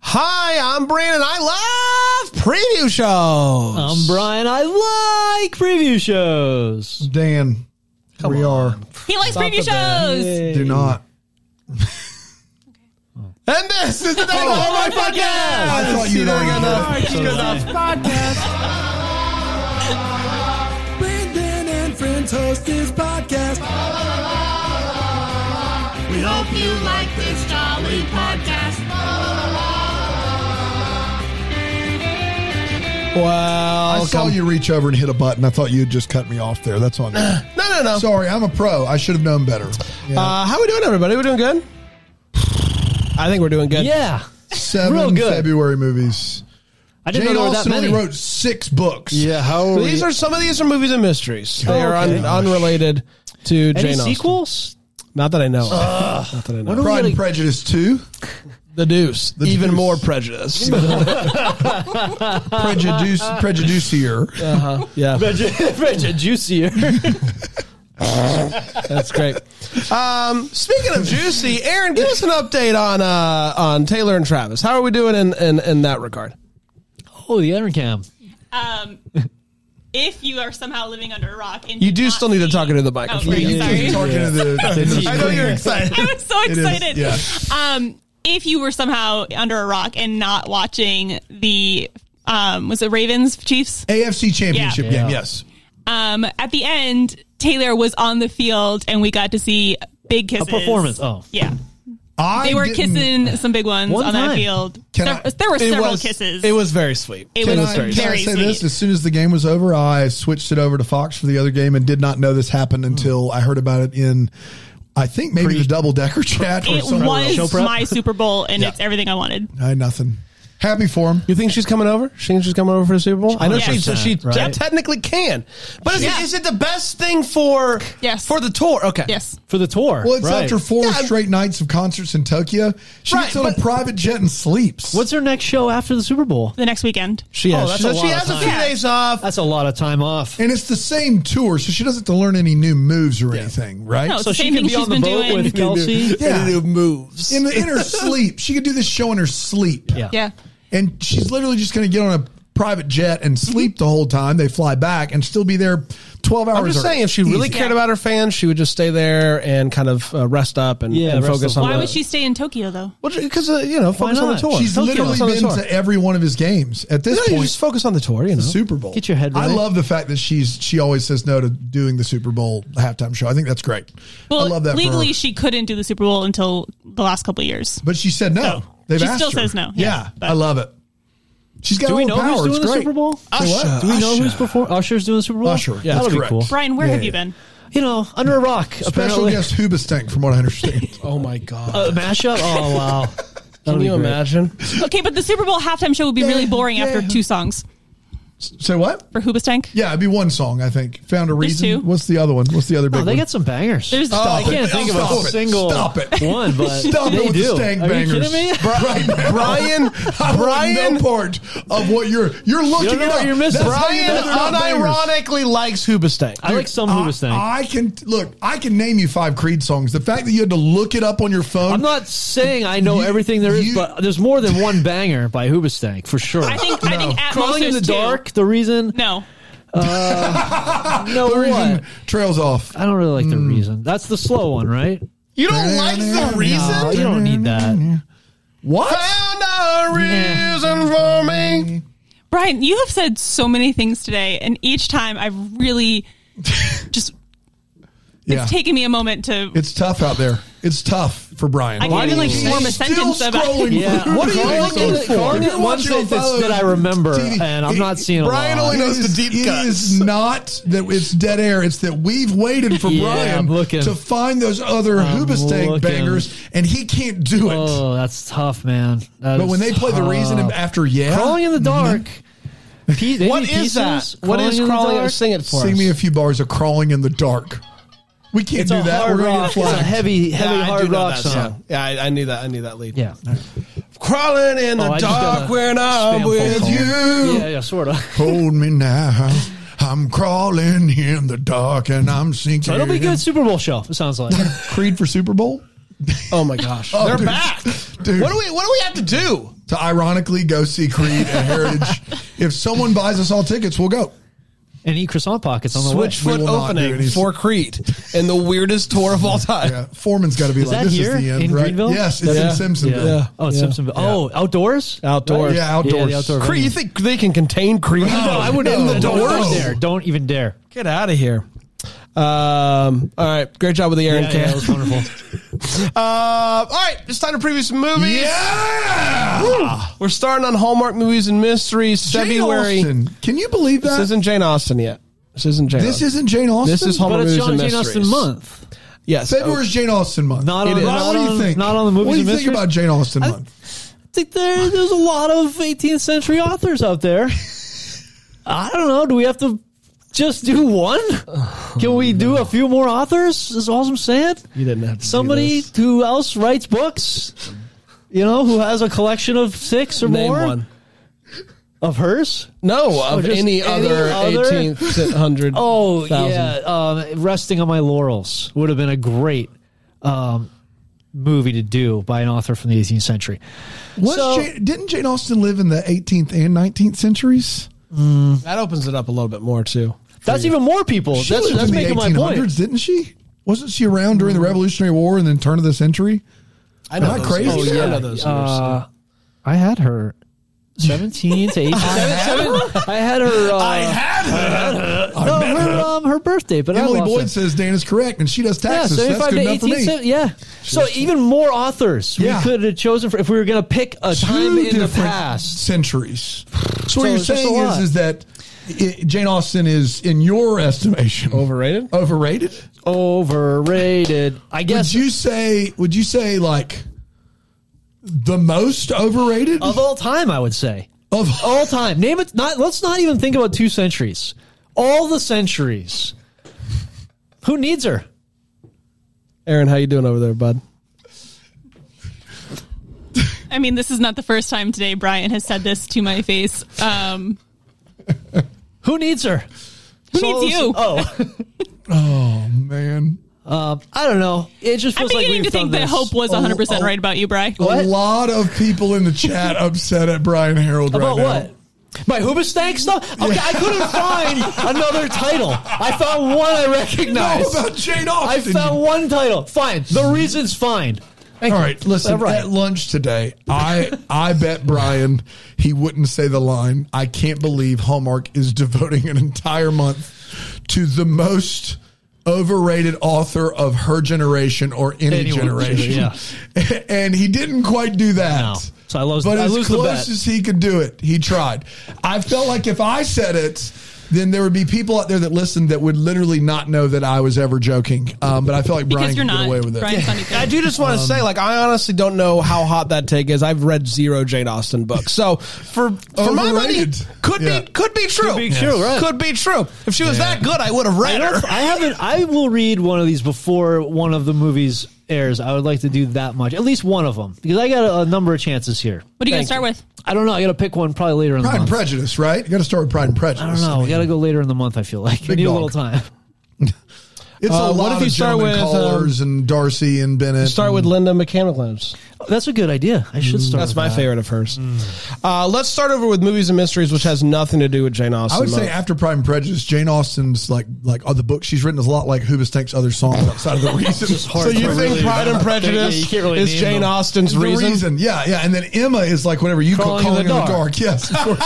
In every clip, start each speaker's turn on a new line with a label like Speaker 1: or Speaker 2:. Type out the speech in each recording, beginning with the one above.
Speaker 1: Hi, I'm Brandon. I love preview shows.
Speaker 2: I'm Brian. I like preview shows.
Speaker 3: Dan, we are
Speaker 4: He likes preview
Speaker 2: Stop the band.
Speaker 4: shows.
Speaker 2: Yay.
Speaker 3: do not.
Speaker 1: And this is the Dago Hallmark Podcast.
Speaker 3: Oh. I thought you
Speaker 1: See,
Speaker 3: were
Speaker 1: there
Speaker 3: going
Speaker 1: you
Speaker 3: to
Speaker 1: go.
Speaker 3: do
Speaker 1: Good enough.
Speaker 5: Brandon and friends host this podcast. We hope you like this jolly podcast.
Speaker 1: Well,
Speaker 3: I saw
Speaker 1: come-
Speaker 3: you reach over and hit a button. I thought you'd just cut me off there. That's on me.
Speaker 1: No, no, no.
Speaker 3: Sorry, I'm a pro. I should have known better. Yeah.
Speaker 1: Uh, how we doing, everybody? We doing good? I think we're doing good.
Speaker 2: Yeah.
Speaker 3: Seven
Speaker 2: real good.
Speaker 3: February movies.
Speaker 2: I didn't
Speaker 3: Jane
Speaker 2: know there were that
Speaker 3: Austen
Speaker 2: many.
Speaker 3: only wrote six books.
Speaker 6: Yeah, how are
Speaker 1: These
Speaker 6: we?
Speaker 1: are some of these are movies and mysteries. They are un-
Speaker 2: Okay.
Speaker 1: unrelated to
Speaker 2: Any
Speaker 1: Jane Austen.
Speaker 2: sequels?
Speaker 1: Not that I know. of. Not that I know. of.
Speaker 2: What are we
Speaker 3: Pride and
Speaker 2: gonna-
Speaker 3: Prejudice 2.
Speaker 1: The Deuce.
Speaker 3: The
Speaker 1: Even
Speaker 3: Deuce.
Speaker 1: more prejudice.
Speaker 3: Prejudice, Prejudicier.
Speaker 1: Uh-huh. yeah.
Speaker 2: Veggie juicier.
Speaker 1: That's great. Um, speaking of juicy, Aaron, give us an update on uh, on Taylor and Travis. How are we doing in, in, in that regard?
Speaker 2: Oh, the other cam.
Speaker 4: Um, if you are somehow living under a rock and
Speaker 1: You
Speaker 4: did
Speaker 1: do
Speaker 4: not
Speaker 1: still need to
Speaker 4: see-
Speaker 1: talk into the microphone.
Speaker 4: Oh, great,
Speaker 3: You
Speaker 4: sorry.
Speaker 3: keep talking to the- to the
Speaker 1: I know you're
Speaker 3: screen.
Speaker 1: excited.
Speaker 4: I was so
Speaker 3: It is,
Speaker 4: excited.
Speaker 3: yeah.
Speaker 4: Um, if you were somehow under a rock and not watching the um, was it Ravens Chiefs?
Speaker 3: AFC Championship
Speaker 4: Yeah.
Speaker 3: game,
Speaker 2: Yeah.
Speaker 3: yes.
Speaker 4: Um, at the end, Taylor was on the field and we got to see big kisses.
Speaker 2: performance, oh.
Speaker 4: yeah,
Speaker 3: I
Speaker 4: they were
Speaker 3: didn't-
Speaker 4: kissing some big ones
Speaker 2: One
Speaker 4: on that
Speaker 2: time.
Speaker 4: field.
Speaker 3: Can
Speaker 4: There,
Speaker 3: I-
Speaker 4: there were
Speaker 1: It
Speaker 4: several
Speaker 1: was-
Speaker 4: kisses.
Speaker 1: It was very sweet.
Speaker 4: It
Speaker 3: Can
Speaker 4: was
Speaker 3: I,
Speaker 4: very
Speaker 3: can I
Speaker 4: very
Speaker 3: say
Speaker 4: sweet.
Speaker 3: this? As soon as the game was over, I switched it over to Fox for the other game and did not know this happened until I heard about it in, I think maybe the double decker chat or
Speaker 4: It
Speaker 3: somewhere. else.
Speaker 4: was
Speaker 2: prep?
Speaker 4: my Super Bowl, and it's everything I wanted.
Speaker 3: I nothing. Happy for him.
Speaker 1: You think she's coming over? She thinks she's coming over for the Super Bowl? I know she, so
Speaker 2: 100%,
Speaker 1: she
Speaker 2: right?
Speaker 1: te- technically can, but is,
Speaker 4: Yeah.
Speaker 1: it, is it the best thing for
Speaker 4: Yes.
Speaker 1: for the tour? Okay,
Speaker 4: Yes,
Speaker 2: For the tour.
Speaker 3: Well, it's
Speaker 2: right.
Speaker 3: after four
Speaker 1: Yeah, I'm-
Speaker 3: straight nights of concerts in Tokyo. She
Speaker 1: Right,
Speaker 3: gets on a
Speaker 1: but-
Speaker 3: private jet and sleeps.
Speaker 2: What's her next show after the Super Bowl?
Speaker 4: the next weekend.
Speaker 1: she
Speaker 2: Oh,
Speaker 1: has.
Speaker 2: that's
Speaker 1: so
Speaker 2: a lot
Speaker 1: she
Speaker 2: of
Speaker 1: has a
Speaker 2: time.
Speaker 1: few
Speaker 4: Yeah.
Speaker 1: days off.
Speaker 2: That's a lot of time off.
Speaker 3: and it's the same tour, so she doesn't have to learn any new moves or anything, right?
Speaker 4: No, it's
Speaker 2: So
Speaker 4: the
Speaker 2: she
Speaker 4: same
Speaker 2: can
Speaker 4: thing
Speaker 2: be
Speaker 4: she's
Speaker 2: on the
Speaker 4: been
Speaker 2: boat
Speaker 4: doing.
Speaker 2: with Kelsey.
Speaker 3: Yeah.
Speaker 1: New moves.
Speaker 3: In, the, in her sleep. She could do this show in her sleep.
Speaker 2: Yeah.
Speaker 4: Yeah.
Speaker 3: And she's literally just going to get on a private jet and sleep the whole time. They fly back and still be there 12 hours.
Speaker 1: I'm just
Speaker 3: early.
Speaker 1: saying, if she really
Speaker 3: Easy.
Speaker 1: cared
Speaker 4: Yeah.
Speaker 1: about her fans, she would just stay there and kind of uh, rest up and,
Speaker 2: Yeah,
Speaker 1: and
Speaker 2: rest
Speaker 1: focus
Speaker 2: up.
Speaker 1: on.
Speaker 4: Why
Speaker 1: the,
Speaker 4: would she stay in Tokyo though?
Speaker 1: Because uh, you know, focus on the
Speaker 2: not?
Speaker 1: tour.
Speaker 3: She's
Speaker 1: Focus
Speaker 3: literally
Speaker 1: on the
Speaker 3: been
Speaker 1: tour.
Speaker 3: to every one of his games at this
Speaker 1: No, you
Speaker 3: point.
Speaker 1: just focus on the tour. You know,
Speaker 3: Super Bowl.
Speaker 2: Get your head right.
Speaker 3: I love the fact that she's she always says no to doing the Super Bowl halftime show. I think that's great. I love that for
Speaker 4: legally
Speaker 3: her.
Speaker 4: she couldn't do the Super Bowl until the last couple of years.
Speaker 3: But she said no.
Speaker 4: No.
Speaker 3: They've
Speaker 4: She
Speaker 3: asked
Speaker 4: still
Speaker 3: her.
Speaker 4: says no. Yeah,
Speaker 3: Yeah,
Speaker 4: but-
Speaker 3: I love it. She's got
Speaker 2: Do
Speaker 3: all
Speaker 2: we
Speaker 3: the
Speaker 2: know
Speaker 3: power.
Speaker 2: who's doing
Speaker 3: it's
Speaker 2: the
Speaker 3: great.
Speaker 2: Super Bowl?
Speaker 3: Say what?
Speaker 2: Do we know who's performing? Usher's doing the Super Bowl?
Speaker 3: Usher, yeah,
Speaker 2: That'll
Speaker 3: that's
Speaker 2: be
Speaker 3: correct.
Speaker 2: cool.
Speaker 4: Brian, where have you been?
Speaker 2: You know, under a rock,
Speaker 3: Special
Speaker 2: apparently.
Speaker 3: guest Hoobastank, from what I understand.
Speaker 1: Oh my god!
Speaker 2: A mashup? Oh, wow.
Speaker 1: Can you imagine?
Speaker 4: Okay, but the Super Bowl halftime show would be really boring after
Speaker 3: yeah.
Speaker 4: two songs
Speaker 3: Say what?
Speaker 4: for Hoobastank.
Speaker 3: Yeah, it'd be one song. I think. Found a
Speaker 4: There's
Speaker 3: reason.
Speaker 4: two.
Speaker 3: What's the other one? What's the other big
Speaker 2: No, they
Speaker 3: one?
Speaker 2: got some bangers.
Speaker 4: There's
Speaker 2: I can't think of a
Speaker 3: Stop it.
Speaker 2: single
Speaker 3: Stop it.
Speaker 2: one, but
Speaker 3: Stop
Speaker 2: they
Speaker 3: it with
Speaker 2: do.
Speaker 3: the stank
Speaker 2: Are
Speaker 3: bangers.
Speaker 2: you kidding me?
Speaker 3: Brian, Brian,
Speaker 1: Brian-
Speaker 3: I Brian, no part of what you're you're looking
Speaker 2: know
Speaker 3: it
Speaker 2: what
Speaker 3: up.
Speaker 2: you're missing.
Speaker 3: That's how you
Speaker 1: Brian
Speaker 3: know they're not bangers.
Speaker 1: unironically likes Hoobastank.
Speaker 2: I like some Hoobastank.
Speaker 3: I, I can look. I can name you five Creed songs. The fact that you had to look it up on your phone.
Speaker 2: I'm not saying I know
Speaker 3: You-
Speaker 2: everything there is,
Speaker 3: you-
Speaker 2: but there's more than one banger by Hoobastank for sure.
Speaker 4: I think I think at
Speaker 2: Crawling
Speaker 4: most
Speaker 2: in the
Speaker 4: there's two.
Speaker 2: dark, the reason.
Speaker 4: No,
Speaker 2: No,
Speaker 3: the reason Hmm.
Speaker 2: what?
Speaker 3: trails off.
Speaker 2: I don't really like the reason. That's the slow one, right?
Speaker 1: You don't like the
Speaker 2: No,
Speaker 1: reason?
Speaker 2: you don't need that.
Speaker 3: What?
Speaker 1: Found a reason for me.
Speaker 4: Brian, you have said so many things today, and each time I've really just
Speaker 3: Yeah.
Speaker 4: taken me a moment to.
Speaker 3: It's tough out there. It's tough for Brian.
Speaker 4: I can't even like form a sentence
Speaker 3: still
Speaker 4: about.
Speaker 3: scrolling.
Speaker 2: Yeah.
Speaker 3: What
Speaker 2: What
Speaker 3: are
Speaker 2: are
Speaker 3: you
Speaker 2: you
Speaker 3: looking
Speaker 2: looking
Speaker 3: at?
Speaker 2: for? Garnet
Speaker 3: You're watching
Speaker 2: One thing that's-
Speaker 3: Follow
Speaker 2: that I remember,
Speaker 3: TV.
Speaker 2: and I'm not seeing a
Speaker 3: Brian
Speaker 2: lot.
Speaker 3: only knows the deep cuts. It is not that it's dead air. It's that we've waited for
Speaker 2: Yeah,
Speaker 3: Brian
Speaker 2: I'm looking.
Speaker 3: to find those other
Speaker 2: I'm
Speaker 3: Hoobastank
Speaker 2: looking.
Speaker 3: bangers, and he can't do it.
Speaker 2: Oh, that's tough, man. That
Speaker 3: but when
Speaker 2: is
Speaker 3: they play the
Speaker 2: tough.
Speaker 3: reason after yeah,
Speaker 2: Crawling in the dark. Pe- they
Speaker 1: What
Speaker 2: need
Speaker 1: is that?
Speaker 2: pieces?
Speaker 1: What is
Speaker 2: in the
Speaker 1: crawling?
Speaker 2: Dark?
Speaker 1: Sing it for
Speaker 3: sing
Speaker 1: us.
Speaker 3: me a few bars of crawling in the dark. We can't
Speaker 2: It's
Speaker 3: do
Speaker 2: a
Speaker 3: that. We're
Speaker 2: hard
Speaker 3: gonna get
Speaker 2: rock. It's a
Speaker 3: flagged.
Speaker 2: heavy, heavy
Speaker 1: Yeah, I do
Speaker 2: hard
Speaker 1: know
Speaker 2: rock
Speaker 1: that
Speaker 2: song.
Speaker 1: Yeah, I, I knew that. I knew that lead.
Speaker 2: Yeah.
Speaker 1: Crawling in the
Speaker 2: Oh, I just
Speaker 1: dark
Speaker 2: gotta
Speaker 1: when
Speaker 2: spam
Speaker 1: I'm
Speaker 2: phone
Speaker 1: with
Speaker 2: call.
Speaker 1: you.
Speaker 2: Yeah, yeah, sort of.
Speaker 3: Hold me now. I'm crawling in the dark and I'm sinking.
Speaker 2: It'll be a good Super Bowl show. It sounds like.
Speaker 3: Creed for Super Bowl?
Speaker 1: Oh my gosh, they're
Speaker 3: dude.
Speaker 1: back.
Speaker 3: Dude. Oh,
Speaker 1: What do we What do we have to do?
Speaker 3: to ironically go see Creed and Heritage. if someone buys us all tickets, we'll go.
Speaker 2: And eat croissant pockets on the
Speaker 1: Switch
Speaker 2: way.
Speaker 1: foot
Speaker 3: will not do
Speaker 1: opening
Speaker 3: any-
Speaker 1: for Creed and the weirdest tour of all time.
Speaker 3: Yeah, Foreman's got to be like,
Speaker 2: that
Speaker 3: this
Speaker 2: here?
Speaker 3: is the end,
Speaker 2: In
Speaker 3: right?
Speaker 2: Greenville?
Speaker 3: Yes, it's
Speaker 1: Yeah.
Speaker 3: in Simpsonville.
Speaker 2: Yeah. Oh,
Speaker 1: Yeah.
Speaker 2: Simpsonville. Oh, outdoors?
Speaker 1: Outdoors.
Speaker 2: Right?
Speaker 3: Yeah, outdoors.
Speaker 2: the outdoor
Speaker 1: Creed, you
Speaker 2: venue.
Speaker 1: think they can contain Creed?
Speaker 2: No, I wouldn't.
Speaker 1: In
Speaker 2: no,
Speaker 1: the
Speaker 2: don't
Speaker 1: doors.
Speaker 2: even dare. Don't even dare.
Speaker 1: Get out of here. Um, all right, great job with the Aaron
Speaker 2: Yeah, yeah, that
Speaker 1: Cam.
Speaker 2: was wonderful.
Speaker 1: Uh, all right, it's time to preview some movies.
Speaker 3: Yeah!
Speaker 1: We're starting on Hallmark Movies and Mysteries
Speaker 3: Jane
Speaker 1: February.
Speaker 3: Austen. Can you believe that?
Speaker 1: This isn't Jane Austen yet. This isn't Jane.
Speaker 3: This
Speaker 1: Austen.
Speaker 3: isn't Jane Austen.
Speaker 1: This is
Speaker 2: but
Speaker 1: Hallmark
Speaker 2: it's
Speaker 1: Movies
Speaker 2: John
Speaker 1: and
Speaker 2: Jane
Speaker 1: Mysteries.
Speaker 2: Austen month.
Speaker 1: Yes,
Speaker 3: February is Jane Austen month.
Speaker 2: Not on-
Speaker 1: It is.
Speaker 2: not
Speaker 3: what do
Speaker 2: on-
Speaker 3: you think?
Speaker 2: not on the movies
Speaker 3: What do you
Speaker 2: and
Speaker 3: think
Speaker 2: mysteries?
Speaker 3: about Jane Austen month?
Speaker 2: I think there, there's a lot of 18th century authors out there. I don't know. Do we have to just do one? Can we do a few more authors? Is all I'm saying.
Speaker 1: Oh, You didn't have to do
Speaker 2: somebody
Speaker 1: this.
Speaker 2: who else writes books. You know, who has a collection of six or
Speaker 1: Name
Speaker 2: more
Speaker 1: one.
Speaker 2: of hers?
Speaker 1: No, of
Speaker 2: just
Speaker 1: any,
Speaker 2: any
Speaker 1: other
Speaker 2: other?
Speaker 1: eighteenth hundred.
Speaker 2: Oh yeah, um, resting on my laurels would have been a great um, movie to do by an author from the 18th century.
Speaker 3: Was
Speaker 2: So-
Speaker 3: Jane, didn't Jane Austen live in the 18th and 19th centuries?
Speaker 1: that opens it up a little bit more too.
Speaker 2: That's even more people.
Speaker 3: She
Speaker 2: that's
Speaker 3: lived
Speaker 2: that's
Speaker 3: in the
Speaker 2: making my
Speaker 3: 1800s,
Speaker 2: point. Mm.
Speaker 3: didn't she? Wasn't she around during the Revolutionary War and then turn of the century?
Speaker 1: I know
Speaker 3: I
Speaker 1: those
Speaker 3: crazy?
Speaker 1: years.
Speaker 3: Oh,
Speaker 1: I
Speaker 3: yeah.
Speaker 1: know those years.
Speaker 2: Uh, I had her 17 to 18. I had her. I had her. Uh, I had her. No, her, um, her birthday, but
Speaker 3: Emily
Speaker 2: I lost
Speaker 3: Boyd
Speaker 2: it.
Speaker 3: says Dan is correct and she does
Speaker 2: Yeah,
Speaker 3: taxes. That's
Speaker 2: 75
Speaker 3: good
Speaker 2: to
Speaker 3: enough for
Speaker 2: 18.
Speaker 3: me.
Speaker 2: se- Yeah. So even more authors
Speaker 3: Yeah.
Speaker 2: we could have chosen for if we were going to pick a time in the
Speaker 3: different
Speaker 2: past.
Speaker 3: centuries. So what
Speaker 2: So
Speaker 3: you're
Speaker 2: it's just a
Speaker 3: saying is,
Speaker 2: lot.
Speaker 3: is that i Jane Austen is, in your estimation,
Speaker 1: Overrated?
Speaker 3: Overrated.
Speaker 2: Overrated. I guess
Speaker 3: Would you say? Would you say like the most overrated
Speaker 2: of all time, I would say.
Speaker 3: of
Speaker 2: all time. Name it. Not let's not even think about two centuries. All the centuries. Who needs her?
Speaker 1: Aaron, how you doing over there, bud?
Speaker 4: I mean, this is not the first time today Brian has said this to my face. Um,
Speaker 2: Who needs her?
Speaker 4: who needs you?
Speaker 2: Oh,
Speaker 3: man?
Speaker 2: um, I don't know. It just
Speaker 4: I'm
Speaker 2: feels like
Speaker 4: beginning
Speaker 2: we've
Speaker 4: to think
Speaker 2: done
Speaker 4: that
Speaker 2: this.
Speaker 4: Hope was
Speaker 3: Oh,
Speaker 4: 100 percent
Speaker 3: oh.
Speaker 4: right about you, Bri.
Speaker 3: A
Speaker 2: What?
Speaker 3: lot of people in the chat upset at Brian Harold
Speaker 2: about
Speaker 3: right now.
Speaker 2: what? My Hoobastank stuff. Okay, I couldn't find another title. I found one I
Speaker 3: No,
Speaker 2: recognize.
Speaker 3: about Jane
Speaker 2: I
Speaker 3: Austen.
Speaker 2: found one title. Fine. The reason's fine.
Speaker 3: All right, listen.
Speaker 2: All right.
Speaker 3: At lunch today, I I bet Brian he wouldn't say the line. I can't believe Hallmark is devoting an entire month to the most overrated author of her generation or any
Speaker 2: Anyone,
Speaker 3: generation.
Speaker 2: yeah.
Speaker 3: and he didn't quite do that.
Speaker 2: No. So I lose-
Speaker 3: But
Speaker 2: I
Speaker 3: as
Speaker 2: lose the
Speaker 3: close
Speaker 2: bet.
Speaker 3: as he could do it, he tried. I felt like if I said it. Then there would be people out there that listened that would literally not know that I was ever joking. Um, but I feel like Brian
Speaker 4: Because you're
Speaker 3: can get
Speaker 4: not.
Speaker 3: away with it.
Speaker 4: Brian's not either.
Speaker 1: I do just want to say, like, I honestly don't know how hot that take is. I've read zero Jane Austen books, so for for my money,
Speaker 3: Overrated.
Speaker 1: could
Speaker 3: Yeah.
Speaker 1: be could be true, could
Speaker 2: be true, right.
Speaker 1: Could be true. If she was that good, I would have read
Speaker 2: I,
Speaker 1: her.
Speaker 2: don't- I haven't. I will read one of these before one of the movies airs. I would like to do that much, at least one of them, because I got a, a number of chances here.
Speaker 4: What are you gonna
Speaker 1: Thank
Speaker 4: start
Speaker 1: you.
Speaker 4: with?
Speaker 2: I don't know. I got to pick one probably later in the
Speaker 3: Pride and
Speaker 2: month.
Speaker 3: Prejudice, right? You got to start with Pride and Prejudice.
Speaker 2: I don't know. We got to go later in the month. I feel like we
Speaker 3: Big
Speaker 2: need a
Speaker 3: dog.
Speaker 2: little time.
Speaker 3: It's
Speaker 1: Uh,
Speaker 3: a
Speaker 1: what
Speaker 3: lot
Speaker 1: if
Speaker 3: of
Speaker 1: you start
Speaker 3: gentlemen
Speaker 1: with,
Speaker 3: callers and Darcy and Bennett.
Speaker 1: Start with Linda McCandless.
Speaker 2: That's a good idea. I
Speaker 3: Mm.
Speaker 2: should start.
Speaker 1: That's
Speaker 2: with
Speaker 1: my
Speaker 2: that.
Speaker 1: favorite of hers. Uh, let's start over with movies and mysteries, which has nothing to do with Jane Austen.
Speaker 3: I would say
Speaker 1: Month.
Speaker 3: after Pride and Prejudice, Jane Austen's like like all the books she's written is a lot like Hoobastank's other songs outside of the reason.
Speaker 1: So you think Pride and
Speaker 2: Yeah,
Speaker 1: Prejudice
Speaker 2: you can't really
Speaker 1: is
Speaker 2: name
Speaker 1: Jane
Speaker 2: them.
Speaker 1: Austen's
Speaker 3: the reason.
Speaker 1: reason?
Speaker 3: yeah, yeah, and then Emma is like whenever you call
Speaker 2: Calling in
Speaker 3: calling in
Speaker 2: the
Speaker 3: the
Speaker 2: dark.
Speaker 3: dark. Yes, of course.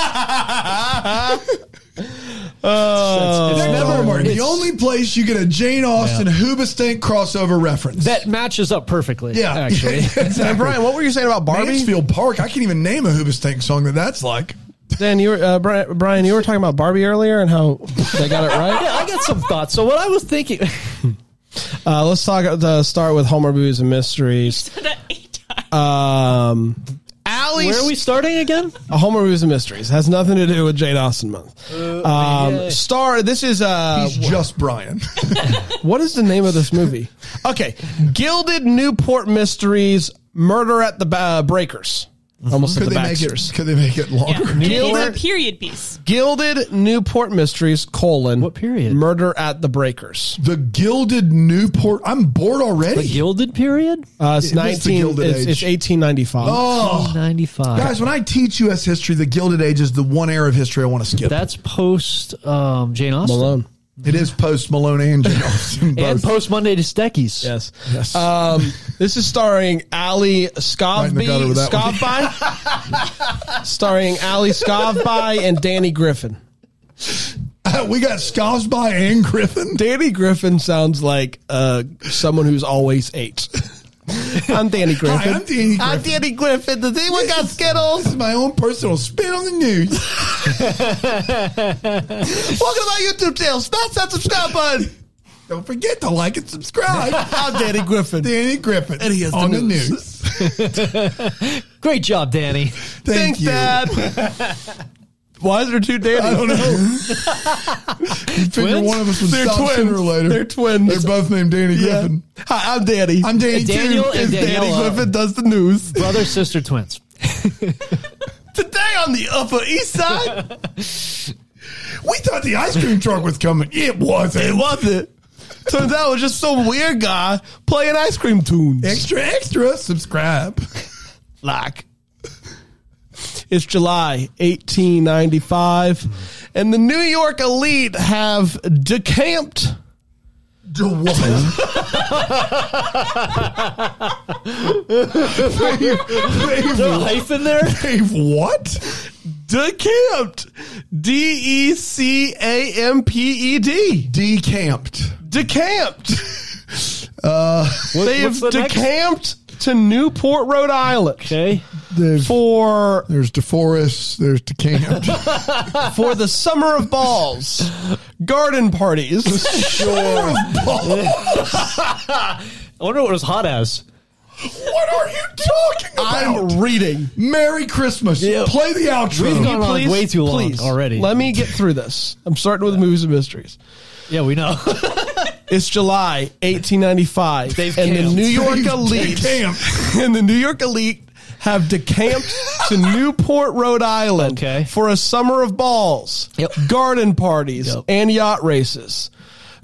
Speaker 2: It's- it's
Speaker 3: That's
Speaker 2: never-
Speaker 3: Hallmark. the
Speaker 2: Oh. it's-
Speaker 3: only place you get a Jane Austen Hoobastank crossover reference.
Speaker 2: that matches up perfectly.
Speaker 3: yeah,
Speaker 2: actually.
Speaker 1: And Brian, what were you saying about Barbie?
Speaker 3: Mansfield Park. I can't even name a Hoobastank song that that's like.
Speaker 1: Dan, you were uh, Brian, Brian, you were talking about Barbie earlier and how they got it right.
Speaker 2: yeah, I got some thoughts. So what I was thinking,
Speaker 1: Uh, let's talk. Uh, start with Homer movies and mysteries.
Speaker 4: That eight times.
Speaker 1: Um, Allie,
Speaker 2: where are we starting again?
Speaker 1: Uh, Homer movies and mysteries has nothing to do with Jane Austen month. Um,
Speaker 2: yeah.
Speaker 1: Star. This is uh,
Speaker 3: He's just Brian.
Speaker 1: what is the name of this movie? Okay, Gilded Newport Mysteries: Murder at the uh, Breakers. Almost like
Speaker 3: Could
Speaker 1: the
Speaker 3: they make
Speaker 1: Baxters.
Speaker 3: it? Could they make it longer?
Speaker 4: Yeah. It's
Speaker 1: Newport?
Speaker 4: a period piece.
Speaker 1: Gilded Newport Mysteries, colon.
Speaker 2: What period?
Speaker 1: Murder at the Breakers.
Speaker 3: The Gilded Newport. I'm bored already.
Speaker 2: The Gilded period?
Speaker 1: Uh, it's
Speaker 3: It missed the
Speaker 1: 19, it's,
Speaker 3: Gilded Age.
Speaker 1: it's 1895.
Speaker 3: oh,
Speaker 2: 95.
Speaker 3: guys, when I teach U.S. history, the Gilded Age is the one era of history I want to skip.
Speaker 2: That's post um, Jane Austen.
Speaker 1: Malone.
Speaker 3: it is post Malone and Jane Austen
Speaker 2: And
Speaker 3: both.
Speaker 2: post Monday to Steckies.
Speaker 1: Yes.
Speaker 3: Yes.
Speaker 1: Um, this is starring Ali
Speaker 3: Right in the
Speaker 1: Scovby,
Speaker 3: gutter with that one.
Speaker 1: Scovby, starring Ali Scovby and Danny Griffin.
Speaker 3: Uh, we got Scousby and Griffin.
Speaker 1: Danny Griffin sounds like uh, someone who's always eight. I'm Danny Griffin.
Speaker 3: Hi, I'm Danny
Speaker 1: I'm
Speaker 3: Griffin.
Speaker 1: Danny Griffin. Does anyone got Skittles?
Speaker 3: This is my own personal spin on the news.
Speaker 1: Welcome to my YouTube channel. Smash that subscribe button.
Speaker 3: Don't forget to like and subscribe.
Speaker 1: I'm Danny Griffin.
Speaker 3: Danny Griffin
Speaker 1: And he has the
Speaker 3: on the
Speaker 1: news.
Speaker 3: news.
Speaker 2: Great job, Danny.
Speaker 3: Thank
Speaker 1: Thanks,
Speaker 3: you.
Speaker 1: Dad. Why is there two Danny?
Speaker 3: I don't know. you figure
Speaker 2: Twins?
Speaker 3: one of us would
Speaker 1: They're
Speaker 3: stop sooner or
Speaker 1: twins.
Speaker 3: later.
Speaker 1: They're twins.
Speaker 3: They're both named Danny
Speaker 1: Yeah.
Speaker 3: Griffin.
Speaker 1: Hi, I'm Danny.
Speaker 3: I'm Danny
Speaker 2: Daniel
Speaker 3: too.
Speaker 2: and
Speaker 3: Is Danny
Speaker 2: Daniela.
Speaker 3: Griffin.
Speaker 1: does the news.
Speaker 2: Brother, sister, twins.
Speaker 1: Today on the Upper East Side,
Speaker 3: We thought the ice cream truck was coming. It wasn't.
Speaker 1: it wasn't. Turns out it was just some weird guy playing ice cream tunes.
Speaker 3: Extra, extra. Subscribe.
Speaker 1: Like. It's July 1895, and the New York elite have decamped.
Speaker 3: The what? they've,
Speaker 2: Is there a hyphen there?
Speaker 3: they've what?
Speaker 1: Decamped. D E C A M P E D.
Speaker 3: Decamped. Uh,
Speaker 1: Decamped. They've
Speaker 2: what's the next?
Speaker 1: decamped to Newport, Rhode Island.
Speaker 2: Okay.
Speaker 3: There's,
Speaker 1: For
Speaker 3: there's DeForest. There's decamped.
Speaker 1: for the summer of balls, garden parties,
Speaker 3: sure.
Speaker 2: I wonder what it was hot as.
Speaker 3: what are you talking about?
Speaker 1: I'm reading.
Speaker 3: Merry Christmas.
Speaker 2: Yeah.
Speaker 3: Play the outro.
Speaker 2: We've gone on way too long already.
Speaker 1: Let me get through this. I'm starting with movies and mysteries.
Speaker 2: Yeah, we know.
Speaker 1: It's July 1895,
Speaker 2: They've
Speaker 1: and the
Speaker 2: camped.
Speaker 1: New York
Speaker 3: They've
Speaker 1: elite
Speaker 3: decamped.
Speaker 1: and the New York elite have decamped to Newport, Rhode Island,
Speaker 2: Okay.
Speaker 1: for a summer of balls,
Speaker 2: Yep.
Speaker 1: garden parties,
Speaker 2: Yep.
Speaker 1: and yacht races.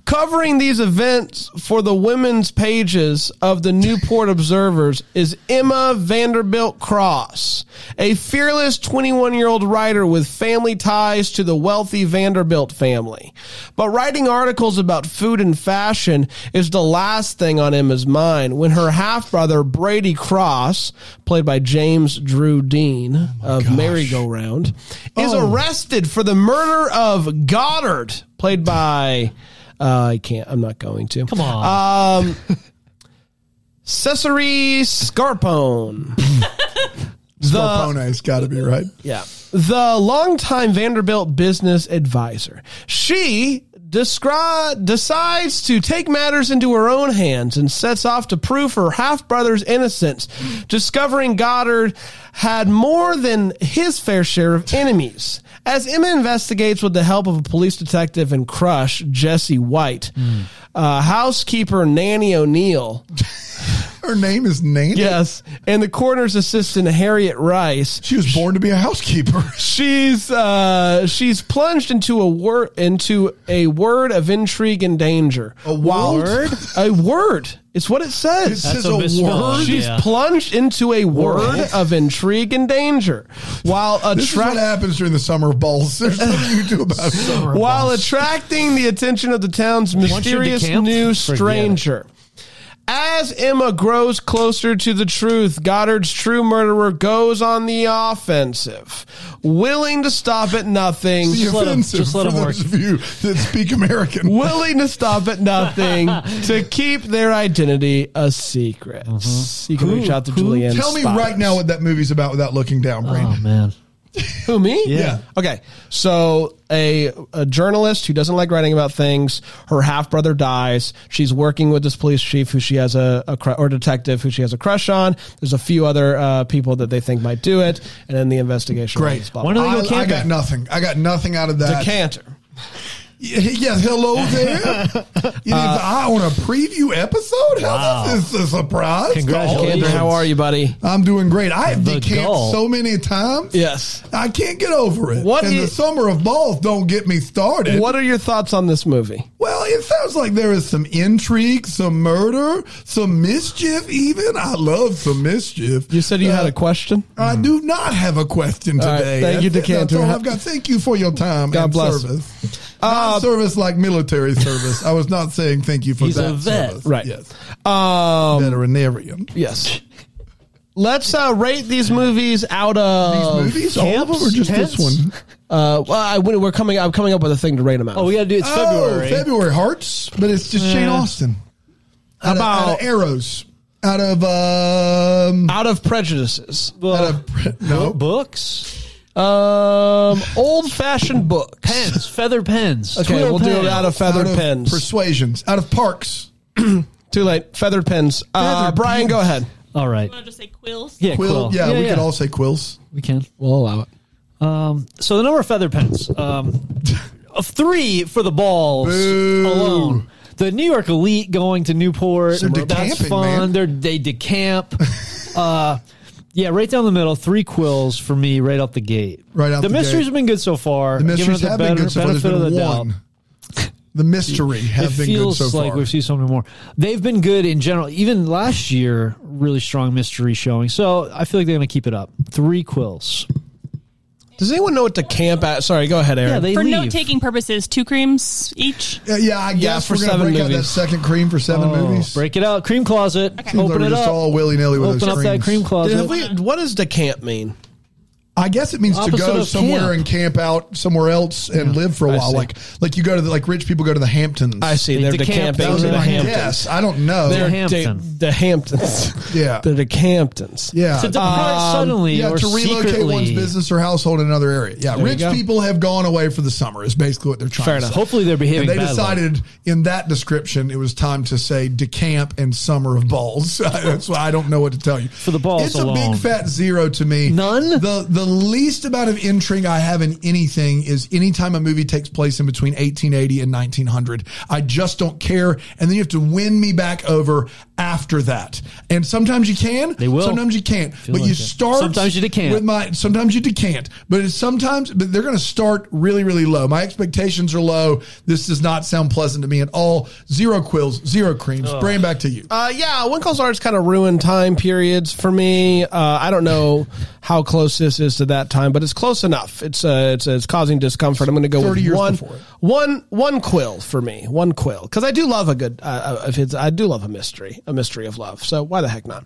Speaker 1: Covering these events for the women's pages of the Newport Observers is Emma Vanderbilt Cross, a fearless 21 year old writer with family ties to the wealthy Vanderbilt family. But writing articles about food and fashion is the last thing on Emma's mind when her half brother, Brady Cross, played by James Drew Dean
Speaker 2: Oh
Speaker 1: of Merry Go Round, is arrested for the murder of Goddard, played by. Uh, I can't. I'm not going to.
Speaker 2: Come
Speaker 3: Uh,
Speaker 2: on.
Speaker 1: Cesare Scarpone. the,
Speaker 3: Scarpone's got to be right.
Speaker 1: yeah. The longtime Vanderbilt business advisor. She descri- decides to take matters into her own hands and sets off to prove her half brother's innocence, discovering Goddard had more than his fair share of enemies. As Emma investigates with the help of a police detective and crush, Jesse White, uh, housekeeper Nanny O'Neill,
Speaker 3: Her name is Nancy.
Speaker 1: Yes. And the coroner's assistant, Harriet Rice.
Speaker 3: She was born to be a housekeeper.
Speaker 1: She's uh, she's plunged into a word into a word of intrigue and danger. A
Speaker 3: word?
Speaker 1: a word. It's what it says.
Speaker 3: This is
Speaker 2: a
Speaker 3: a
Speaker 2: misspelling.
Speaker 3: word.
Speaker 1: She's
Speaker 2: Yeah.
Speaker 1: plunged into a word of intrigue and danger, while
Speaker 3: This is what
Speaker 1: attracting
Speaker 3: happens during the summer of balls. There's nothing you can do about it.
Speaker 1: while attracting the attention of the town's
Speaker 2: you're
Speaker 1: mysterious
Speaker 2: decamped,
Speaker 1: new
Speaker 2: forget it.
Speaker 1: stranger. As Emma grows closer to the truth, Goddard's true murderer goes on the offensive, willing to stop at nothing.
Speaker 3: The
Speaker 2: let 'em-
Speaker 3: offensive
Speaker 2: just let
Speaker 3: for
Speaker 2: 'em work.
Speaker 3: those of you that speak American.
Speaker 1: willing to stop at nothing to keep their identity a secret. You can reach out to Julianne.
Speaker 3: Mm-hmm. Tell me
Speaker 1: Spires.
Speaker 3: right now what that movie's about without looking down,
Speaker 2: oh,
Speaker 3: Brandon.
Speaker 2: man.
Speaker 1: Who me?
Speaker 3: Yeah.
Speaker 1: Okay. So a a journalist who doesn't like writing about things. Her half brother dies. She's working with this police chief who she has a, a cru- or detective who she has a crush on. There's a few other uh, people that they think might do it, and then the investigation.
Speaker 3: Great.
Speaker 1: ends, blah,
Speaker 2: Why
Speaker 1: blah,
Speaker 2: don't they
Speaker 3: I,
Speaker 2: go
Speaker 3: I
Speaker 2: camping?
Speaker 3: got nothing. I got nothing out of
Speaker 1: blah.
Speaker 3: that.
Speaker 1: Decanter.
Speaker 3: Yes, hello there. You need
Speaker 2: Uh,
Speaker 3: the eye on a preview episode? How this is a
Speaker 2: Congratulations.
Speaker 3: surprise.
Speaker 1: Andrew,
Speaker 2: Congratulations.
Speaker 1: how are you, buddy?
Speaker 3: I'm doing great. I have
Speaker 2: The
Speaker 3: decamped
Speaker 2: goal.
Speaker 3: so many times.
Speaker 1: Yes.
Speaker 3: I can't get over it.
Speaker 1: What
Speaker 3: and
Speaker 1: i-
Speaker 3: the summer of balls don't get me started.
Speaker 1: What are your thoughts on this movie?
Speaker 3: Well, it sounds like there is some intrigue, some murder, some mischief. Even I love some mischief.
Speaker 1: You said you
Speaker 3: uh,
Speaker 1: had a question.
Speaker 3: I do not have a question
Speaker 1: right,
Speaker 3: today.
Speaker 1: thank you,
Speaker 3: That's it.
Speaker 1: Decanter.
Speaker 3: That's all I've got. Thank you for your time
Speaker 1: God
Speaker 3: and
Speaker 1: bless. Uh,
Speaker 3: service. Not service like military service. I was not saying thank you for
Speaker 2: He's
Speaker 3: that.
Speaker 2: a vet.
Speaker 3: service.
Speaker 1: Right.
Speaker 3: Yes.
Speaker 1: Um,
Speaker 3: Veterinarian.
Speaker 1: yes. Let's uh, rate these movies out
Speaker 3: These
Speaker 1: of.
Speaker 3: movies, all of them,
Speaker 2: camps,
Speaker 3: or just
Speaker 2: tents?
Speaker 3: this one?
Speaker 1: Uh, well, I, we're coming. I'm coming up with a thing to rate them out.
Speaker 2: Oh,
Speaker 1: of.
Speaker 2: we gotta do it's February. Eh.
Speaker 3: Oh, February hearts, but it's just Shane Austin. Out of, out
Speaker 1: About-
Speaker 3: of arrows? Out of um.
Speaker 1: out of prejudices.
Speaker 3: Out
Speaker 2: Uh,
Speaker 3: of pre- no.
Speaker 2: books,
Speaker 1: Um, old fashioned books.
Speaker 2: pens, feather pens.
Speaker 1: Okay,
Speaker 2: twill
Speaker 1: we'll do
Speaker 2: pen.
Speaker 1: it out of feathered
Speaker 3: out of
Speaker 1: pens.
Speaker 3: Persuasions. Out of parks.
Speaker 1: Too late. Feathered pens. Uh,
Speaker 3: Feathered
Speaker 1: Brian,
Speaker 3: pens.
Speaker 1: go ahead.
Speaker 2: All right.
Speaker 4: want to just say quills?
Speaker 2: Yeah,
Speaker 3: Quill.
Speaker 2: quill.
Speaker 3: Yeah, we could all say quills.
Speaker 2: we can.
Speaker 1: We'll allow it.
Speaker 2: Um, so the number of feather pens, um, of three for the balls
Speaker 3: Boo.
Speaker 2: alone. The New York elite going to Newport.
Speaker 3: They're
Speaker 2: That's
Speaker 3: decamping,
Speaker 2: fun.
Speaker 3: man.
Speaker 2: They're, they decamp. uh, yeah, right down the middle. Three quills for me, right out the gate.
Speaker 3: Right out
Speaker 2: the,
Speaker 3: the
Speaker 2: mysteries
Speaker 3: gate.
Speaker 2: have been good so far.
Speaker 3: The mysteries
Speaker 2: Giving it
Speaker 3: have been good so far. There's
Speaker 2: benefit
Speaker 3: been
Speaker 2: of the doubt
Speaker 3: one. The mystery have
Speaker 2: it
Speaker 3: been good
Speaker 2: feels
Speaker 3: so far.
Speaker 2: like we've seen so many more. They've been good in general. Even last year, really strong mystery showing. So I feel like they're going to keep it up. Three quills.
Speaker 1: Does anyone know what to camp at? Sorry, go ahead, Aaron.
Speaker 2: Yeah, they
Speaker 4: For
Speaker 2: leave.
Speaker 4: note taking purposes, two creams each.
Speaker 3: Yeah, yeah, I guess
Speaker 1: for
Speaker 3: we're gonna
Speaker 1: seven
Speaker 3: break out that
Speaker 1: movies.
Speaker 3: second cream for seven
Speaker 2: Oh,
Speaker 3: movies.
Speaker 2: Break it out. Cream closet.
Speaker 3: Seems like
Speaker 2: Open
Speaker 3: we're
Speaker 2: it
Speaker 3: just
Speaker 2: up.
Speaker 3: all willy nilly with
Speaker 2: Open up
Speaker 3: those
Speaker 2: that
Speaker 3: creams.
Speaker 2: cream
Speaker 1: Did-
Speaker 2: closet.
Speaker 1: have we- what does decamp mean?
Speaker 3: I guess it means to
Speaker 2: Opposite
Speaker 3: go
Speaker 2: of
Speaker 3: somewhere
Speaker 2: camp.
Speaker 3: and camp out somewhere else and live for a
Speaker 1: I
Speaker 3: while.
Speaker 1: see.
Speaker 3: Like like you go to the like rich people go to the Hamptons.
Speaker 1: I see.
Speaker 2: They
Speaker 1: They're
Speaker 2: decamp
Speaker 1: decamping
Speaker 3: That
Speaker 2: those
Speaker 3: was
Speaker 1: to the
Speaker 2: are the
Speaker 3: my
Speaker 1: Hamptons.
Speaker 3: guess. I don't know.
Speaker 1: They're
Speaker 2: The
Speaker 1: de-
Speaker 2: Hamptons.
Speaker 1: the Hamptons.
Speaker 3: Yeah.
Speaker 1: They're the Hamptons.
Speaker 3: yeah.
Speaker 2: to depart suddenly
Speaker 3: Um, yeah,
Speaker 2: or
Speaker 3: to relocate
Speaker 2: secretly.
Speaker 3: one's business or household in another area. Yeah,
Speaker 1: you
Speaker 3: rich
Speaker 1: go.
Speaker 3: people have gone away for the summer. Is basically what they're trying
Speaker 1: Fair
Speaker 3: to
Speaker 1: enough.
Speaker 3: say.
Speaker 2: Hopefully they're behaving
Speaker 3: And they
Speaker 2: badly.
Speaker 3: decided in that description it was time to say decamp and summer of balls. That's why I don't know what to tell you. For
Speaker 2: the balls
Speaker 3: it's a
Speaker 2: alone.
Speaker 3: big fat zero to me.
Speaker 2: None?
Speaker 3: The the least amount of intrigue I have in anything is anytime a movie takes place in between 1880 and 1900. I just don't care. And then you have to win me back over after that. And sometimes you can. They
Speaker 2: will.
Speaker 3: Sometimes you can't. But
Speaker 2: like
Speaker 3: you
Speaker 2: it.
Speaker 3: start.
Speaker 2: Sometimes you decant.
Speaker 3: With my, sometimes you decant, but it's sometimes but they're going to start really, really low. My expectations are low. This does not sound pleasant to me at all. Zero quills, zero creams.
Speaker 2: Oh.
Speaker 3: Bring back to you.
Speaker 1: Uh, yeah, Winkle's art's kind of ruined time periods for me. Uh, I don't know how close this is to that time, but it's close enough. It's uh, it's, it's causing discomfort. I'm going to go
Speaker 3: 30
Speaker 1: with
Speaker 3: years
Speaker 1: one,
Speaker 3: before it.
Speaker 1: one- one quill for me, one quill, because I do love a good. Uh, if it's, I do love a mystery, a mystery of love. So why the heck not?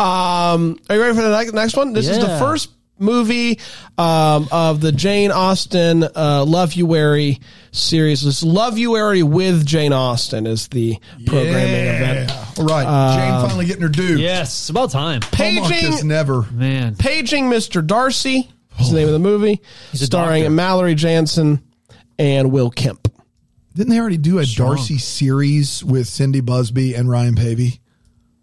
Speaker 1: Um, are you ready for the ne- next one? This is the
Speaker 2: Yeah.
Speaker 1: first movie um, of the Jane Austen uh, Love You Wary series. This Love You Wary with Jane Austen is the programming event.
Speaker 3: Yeah. All right.
Speaker 2: Uh,
Speaker 3: Jane finally getting her due.
Speaker 2: yes, it's about time.
Speaker 3: Hallmark is
Speaker 1: Paging,
Speaker 3: never.
Speaker 2: Man.
Speaker 1: Paging Mr. Darcy is the name of the movie,
Speaker 2: a
Speaker 1: starring
Speaker 2: doctor.
Speaker 1: Mallory Jansen and Will Kemp.
Speaker 3: Didn't they already do a Darcy series with Cindy Busby and Ryan Pavey?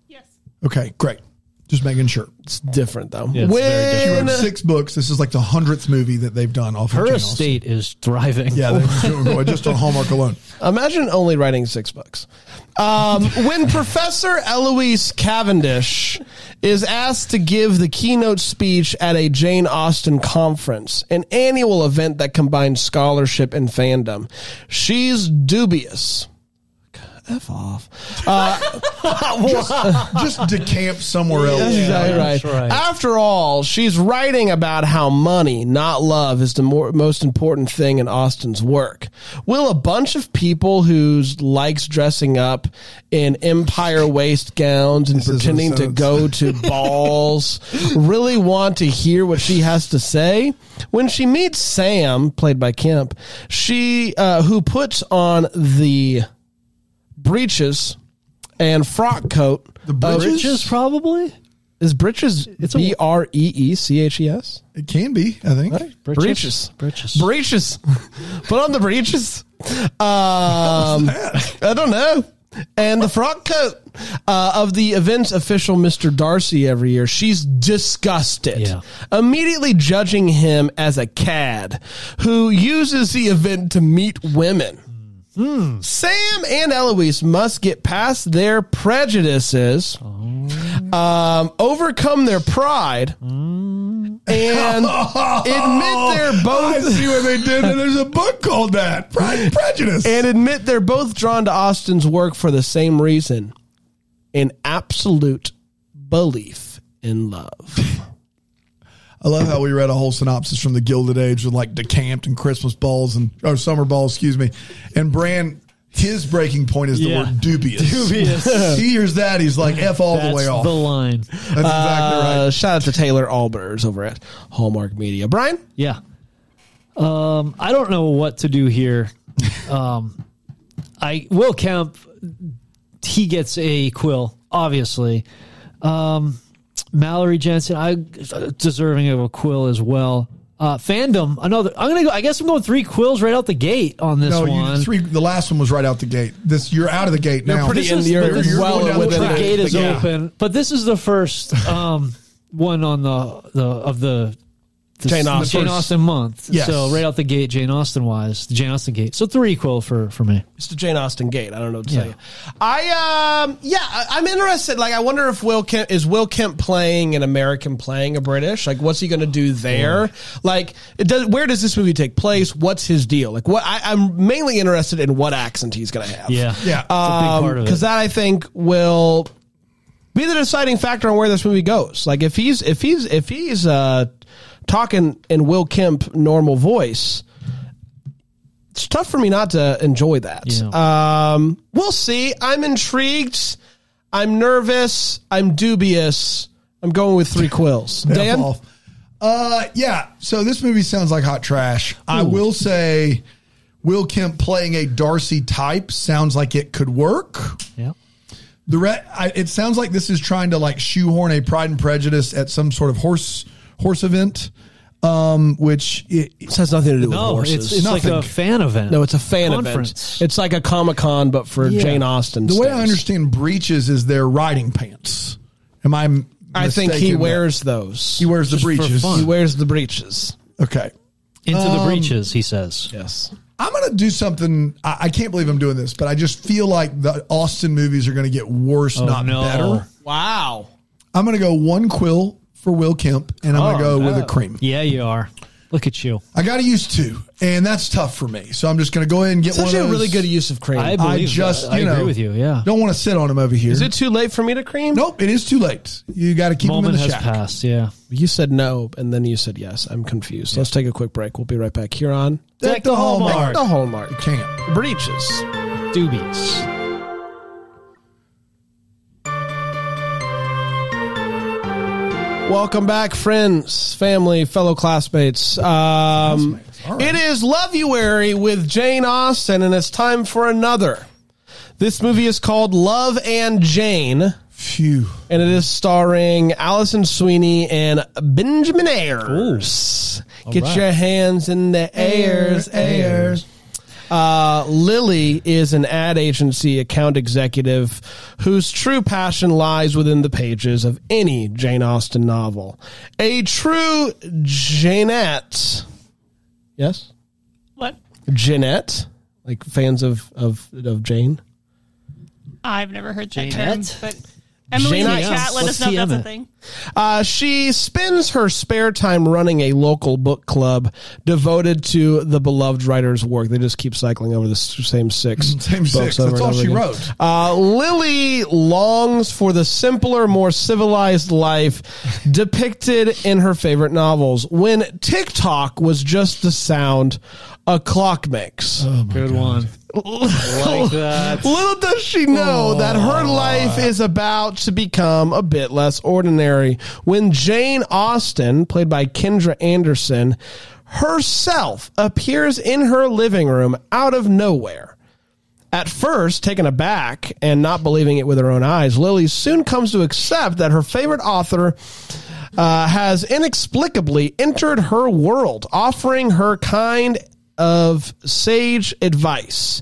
Speaker 4: Yes.
Speaker 3: Okay, great. Just making sure.
Speaker 1: It's different though.
Speaker 2: it's very
Speaker 3: She
Speaker 1: when
Speaker 3: wrote six books. This is like the hundredth movie that they've done off
Speaker 2: uh,
Speaker 3: of
Speaker 2: Her
Speaker 3: Jane Austen.
Speaker 2: estate is thriving.
Speaker 3: Yeah, they're doing well, just on Hallmark alone.
Speaker 1: imagine only writing six books. Um, when Professor Eloise Cavendish is asked to give the keynote speech at a Jane Austen conference, an annual event that combines scholarship and fandom, she's dubious. F off.
Speaker 3: Just decamp somewhere else.
Speaker 1: That's exactly right.
Speaker 2: that's right.
Speaker 1: After all, she's writing about how money, not love, is the more, most important thing in Austin's work. Will a bunch of people who likes dressing up in empire waist gowns and
Speaker 3: is
Speaker 1: pretending to
Speaker 3: nonsense.
Speaker 1: go to balls really want to hear what she has to say? When she meets Sam, played by Kemp, she uh, who puts on the breeches and frock coat. The
Speaker 2: Bridges, probably?
Speaker 1: is breeches
Speaker 2: a-
Speaker 1: B R E E C H E S?
Speaker 3: It can be, I think.
Speaker 1: Breeches.
Speaker 2: Breeches.
Speaker 1: Breeches. Put on the breeches. Um, I don't know. And the frock coat uh, of the event's official Mr. Darcy every year. She's disgusted,
Speaker 2: Yeah.
Speaker 1: immediately judging him as a cad who uses the event to meet women. Sam and Eloise must get past their prejudices, um, overcome their pride, and admit they're
Speaker 3: I
Speaker 1: both
Speaker 3: see what they did. And there's a book called that Pride and Prejudice.
Speaker 1: and admit they're both drawn to Austin's work for the same reason: an absolute belief in love.
Speaker 3: I love how we read a whole synopsis from the Gilded Age with like decamped and Christmas balls and or summer balls, excuse me. And Brand, his breaking point is the
Speaker 2: Yeah.
Speaker 3: word dubious.
Speaker 2: Dubious.
Speaker 3: he hears that, he's like F all the
Speaker 2: That's
Speaker 3: way off.
Speaker 2: the line.
Speaker 3: That's exactly
Speaker 1: Uh,
Speaker 3: right.
Speaker 1: shout out to Taylor Allbers over at Hallmark Media. Brian,
Speaker 2: Yeah. Um, I don't know what to do here. Um, I Will Kemp, he gets a quill, obviously. Um, Mallory Jensen, I uh, deserving of a quill as well. Uh, fandom, another. I'm gonna go. I guess I'm going three quills right out the gate on this
Speaker 3: No,
Speaker 2: one.
Speaker 3: you three the last one was right out the gate. This you're out of the gate now.
Speaker 1: pretty-
Speaker 2: This
Speaker 1: in
Speaker 2: is-
Speaker 1: the
Speaker 2: but
Speaker 1: area
Speaker 2: this is
Speaker 1: well
Speaker 2: the one
Speaker 1: within
Speaker 2: that
Speaker 1: it.
Speaker 2: the gate is
Speaker 1: Yeah.
Speaker 2: open. But this is the first um, one on the the of the, the
Speaker 1: Jane
Speaker 2: the
Speaker 1: Austen.
Speaker 2: Jane Austen month.
Speaker 3: Yes.
Speaker 2: So right out the gate, Jane Austen wise, the Jane Austen gate. So three equal for for me.
Speaker 1: it's the Jane Austen gate. I don't know what to tell
Speaker 2: Yeah.
Speaker 1: you. I um yeah, I, I'm interested. Like, I wonder if Will Kemp is Will Kemp playing an American, playing a British. Like, what's he going to do there? Like, it does, where does this movie take place? What's his deal? Like, what I, I'm mainly interested in what accent he's going to have.
Speaker 2: Yeah,
Speaker 3: yeah.
Speaker 2: part of it.
Speaker 1: because Um, that I think will be the deciding factor on where this movie goes. Like if he's if he's if he's uh, talking in Will Kemp normal voice, it's tough for me not to enjoy that. Um, we'll see. I'm intrigued. I'm nervous. I'm dubious. I'm going with three quills. Dan,
Speaker 3: off. Uh, yeah. So this movie sounds like hot trash. I will say, Will Kemp playing a Darcy type sounds like it could work.
Speaker 2: yeah.
Speaker 3: The re- I, it sounds like this is trying to like shoehorn a Pride and Prejudice at some sort of horse horse event, um, which it,
Speaker 1: this has nothing to do with
Speaker 2: No,
Speaker 1: horses.
Speaker 2: Oh, it's, it's like a
Speaker 3: Nothing.
Speaker 2: fan event.
Speaker 1: no, it's a fan
Speaker 2: Conference.
Speaker 1: event. It's like a Comic Con, but for
Speaker 2: Yeah.
Speaker 1: Jane Austen.
Speaker 3: the way I
Speaker 1: stays.
Speaker 3: understand breeches is their riding pants. Am I?
Speaker 1: I think
Speaker 3: mistaken
Speaker 1: he
Speaker 3: there?
Speaker 1: wears those.
Speaker 3: he wears the
Speaker 2: Just for
Speaker 3: breeches.
Speaker 2: fun.
Speaker 1: He wears the breeches.
Speaker 3: Okay.
Speaker 2: into the breaches. He says.
Speaker 1: Yes.
Speaker 3: I'm gonna do something. I, I can't believe I'm doing this, but I just feel like the Austin movies are gonna get worse, not
Speaker 2: Oh, no.
Speaker 3: better.
Speaker 1: Wow.
Speaker 3: I'm gonna go one quill for Will Kemp, and I'm gonna go with a cream.
Speaker 2: Yeah, you are. Look at you.
Speaker 3: I gotta use two, and that's tough for me. So I'm just gonna go ahead and get
Speaker 1: Such
Speaker 3: one.
Speaker 1: a
Speaker 3: of those.
Speaker 1: really good use of cream.
Speaker 2: I
Speaker 3: I
Speaker 2: believe
Speaker 3: just,
Speaker 2: that.
Speaker 3: you
Speaker 2: I
Speaker 3: know,
Speaker 2: agree with you. Yeah.
Speaker 3: Don't want to sit on him over here.
Speaker 1: Is it too late for me to cream?
Speaker 3: nope, it is too late. You got to keep him in
Speaker 2: Moment
Speaker 3: the
Speaker 2: has
Speaker 3: shack.
Speaker 2: passed. Yeah.
Speaker 1: You said no, and then you said yes. I'm confused. Let's take a quick break. We'll be right back here on
Speaker 2: Deck the Hallmark.
Speaker 1: The Hallmark.
Speaker 3: Can't.
Speaker 1: Breaches.
Speaker 2: Dubious.
Speaker 1: Welcome back, friends, family, fellow classmates. Um,
Speaker 3: Classmates, all right.
Speaker 1: It is Loveuary with Jane Austen, and it's time for another. This movie is called Love and Jane.
Speaker 3: Phew.
Speaker 1: and it is starring Allison Sweeney and Benjamin Ayers. Get
Speaker 2: right.
Speaker 1: your hands in the airs, airs. Uh, Lily is an ad agency account executive whose true passion lies within the pages of any Jane Austen novel. A true Jeanette. Yes?
Speaker 4: What?
Speaker 1: Jeanette? Like fans of, of, of Jane?
Speaker 4: I've never heard that
Speaker 2: Jeanette?
Speaker 4: term. But Emily in the
Speaker 1: Jeanette.
Speaker 4: chat let
Speaker 2: Let's
Speaker 4: us know if
Speaker 2: see
Speaker 4: that's a
Speaker 2: Emma.
Speaker 4: thing.
Speaker 1: Uh, she spends her spare time running a local book club devoted to the beloved writer's work. They just keep cycling over the s- same six.
Speaker 3: Same
Speaker 1: books
Speaker 3: six.
Speaker 1: over and
Speaker 3: That's all
Speaker 1: over
Speaker 3: she
Speaker 1: again.
Speaker 3: wrote.
Speaker 1: Uh, Lily longs for the simpler, more civilized life depicted in her favorite novels. When TikTok was just the sound a clock makes.
Speaker 3: Oh,
Speaker 2: Good one. like that.
Speaker 1: Little does she know that her life is about to become a bit less ordinary when Jane Austen, played by Kendra Anderson, herself appears in her living room out of nowhere. At first, taken aback and not believing it with her own eyes, Lily soon comes to accept that her favorite author uh, has inexplicably entered her world, offering her kind of sage advice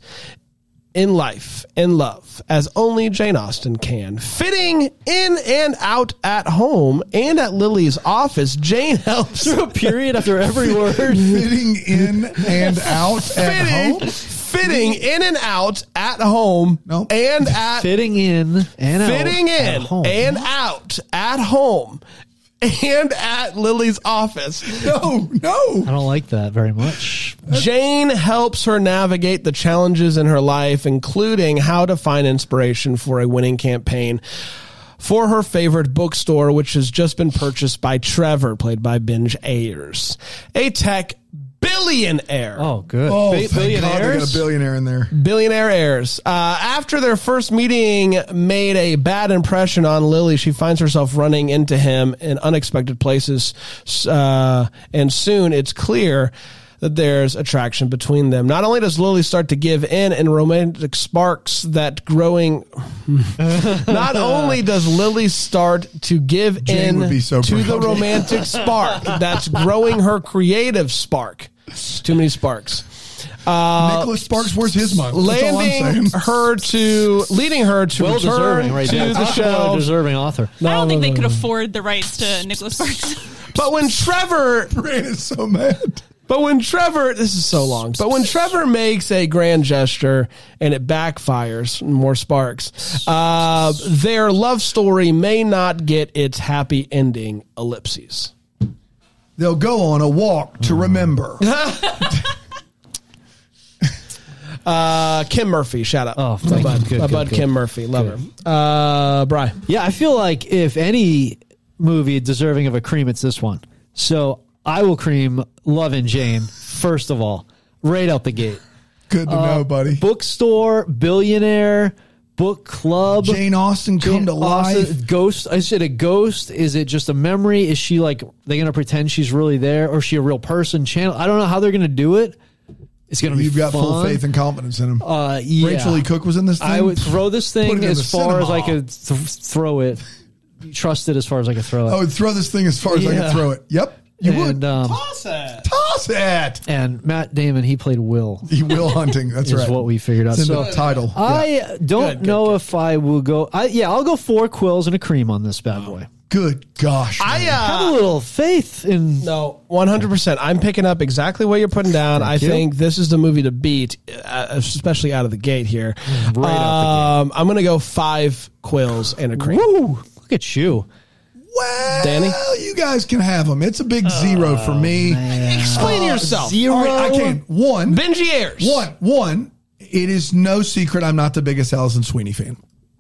Speaker 1: in life and love as only Jane Austen can. Fitting in and out at home and at Lily's office, Jane helps
Speaker 2: Through a period after every word.
Speaker 3: Fitting in and out at
Speaker 1: fitting,
Speaker 3: home.
Speaker 1: fitting in and out at home
Speaker 3: No.
Speaker 1: and at
Speaker 2: Fitting in and
Speaker 1: fitting
Speaker 2: out at
Speaker 1: in
Speaker 2: home.
Speaker 1: and out at home and at Lily's office.
Speaker 3: No, no.
Speaker 2: I don't like that very much.
Speaker 1: Jane helps her navigate the challenges in her life, including how to find inspiration for a winning campaign for her favorite bookstore, which has just been purchased by Trevor, played by Binge Ayers, a tech billionaire.
Speaker 2: Oh, good.
Speaker 3: Oh,
Speaker 1: Bi-
Speaker 3: thank God they got
Speaker 1: billionaires?
Speaker 3: a billionaire in there.
Speaker 1: Billionaire heirs. Uh, after their first meeting made a bad impression on Lily, she finds herself running into him in unexpected places. Uh, and soon it's clear that there's attraction between them. Not only does Lily start to give in and romantic sparks that growing. Not only does Lily start to give
Speaker 3: Jane
Speaker 1: in
Speaker 3: would be so
Speaker 1: to the
Speaker 3: proud.
Speaker 1: romantic spark that's growing her creative spark. Too many sparks
Speaker 3: Nicholas Sparks, where's his money?
Speaker 1: landing her to leading her to
Speaker 2: well
Speaker 1: return
Speaker 2: deserving right
Speaker 1: to
Speaker 2: there.
Speaker 1: the
Speaker 2: Talk about a
Speaker 1: shelves.
Speaker 2: deserving author.
Speaker 4: I don't think they could afford the rights to Nicholas Sparks.
Speaker 1: But when Trevor,
Speaker 3: Brand is so mad.
Speaker 1: but when Trevor, this is so long. But when Trevor makes a grand gesture and it backfires, more sparks. Uh, their love story may not get its happy ending. Ellipses.
Speaker 3: They'll go on a walk
Speaker 2: Mm.
Speaker 3: to remember.
Speaker 1: Uh, Kim Murphy, shout out.
Speaker 2: Oh, thank
Speaker 1: my
Speaker 2: you.
Speaker 1: bud,
Speaker 2: Good,
Speaker 1: my
Speaker 2: good,
Speaker 1: bud
Speaker 2: good.
Speaker 1: Kim Murphy, love her. Uh, Bry,
Speaker 2: Yeah, I feel like if any movie deserving of a cream, it's this one. So I will cream Love and Jane, first of all, right out the gate.
Speaker 3: Good to know, buddy.
Speaker 2: Bookstore, billionaire, book club.
Speaker 3: Jane Austen come
Speaker 2: Jane
Speaker 3: to
Speaker 2: Austen,
Speaker 3: life.
Speaker 2: Ghost. Is it a ghost? Is it just a memory? Is she like they gonna pretend she's really there, or is she a real person? Channel. I don't know how they're gonna do it. It's gonna be.
Speaker 3: You've got full
Speaker 2: fun.
Speaker 3: faith and confidence in him.
Speaker 2: Uh, yeah.
Speaker 3: Rachel E. Cook was in this thing.
Speaker 2: I would throw this
Speaker 3: Put
Speaker 2: thing
Speaker 3: it in
Speaker 2: as
Speaker 3: the
Speaker 2: far as I
Speaker 3: cinema.
Speaker 2: could th- throw it. Trust it as far as I could throw it.
Speaker 3: I would throw this thing as far as I could
Speaker 2: Yeah.
Speaker 3: throw it. Yep. Oh, You
Speaker 2: and,
Speaker 3: would.
Speaker 2: Um,
Speaker 3: Toss it.
Speaker 2: and Matt Damon, he played Will.
Speaker 3: You will hunting. That's
Speaker 2: Is
Speaker 3: right.
Speaker 2: what we figured out.
Speaker 3: It's in
Speaker 2: So uh,
Speaker 3: the title.
Speaker 2: I
Speaker 3: Yeah.
Speaker 2: don't
Speaker 1: Good, good,
Speaker 2: know if I will go. I, yeah, I'll go four quills and a cream on this bad
Speaker 3: Oh.
Speaker 2: boy.
Speaker 3: Good gosh.
Speaker 1: I
Speaker 3: man.
Speaker 1: uh,
Speaker 2: Have a little faith in.
Speaker 1: No, one hundred percent. I'm picking up exactly what you're putting down. I
Speaker 2: you.
Speaker 1: think this is the movie to beat, uh, especially out of the gate here.
Speaker 2: Right out
Speaker 1: um, I'm gonna go five quills and a cream.
Speaker 2: Woo! Look at you. uh,
Speaker 3: well,
Speaker 1: Danny?
Speaker 3: you guys can have them. It's a big zero for me.
Speaker 1: Explain yourself.
Speaker 2: Oh, Uh, Zero.
Speaker 3: All right, I can. One.
Speaker 1: Benji Ayers.
Speaker 3: One, one, it is no secret I'm not the biggest Allison Sweeney fan.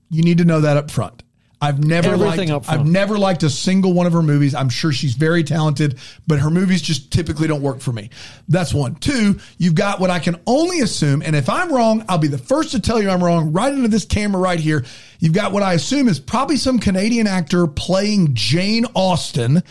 Speaker 3: You need to know that up front. I've never
Speaker 2: Everything
Speaker 3: liked,
Speaker 2: up front.
Speaker 3: I've never liked a single one of her movies. I'm sure she's very talented, but her movies just typically don't work for me. That's one. Two, you've got what I can only assume, and if I'm wrong, I'll be the first to tell you I'm wrong right into this camera right here. You've got what I assume is probably some Canadian actor playing Jane Austen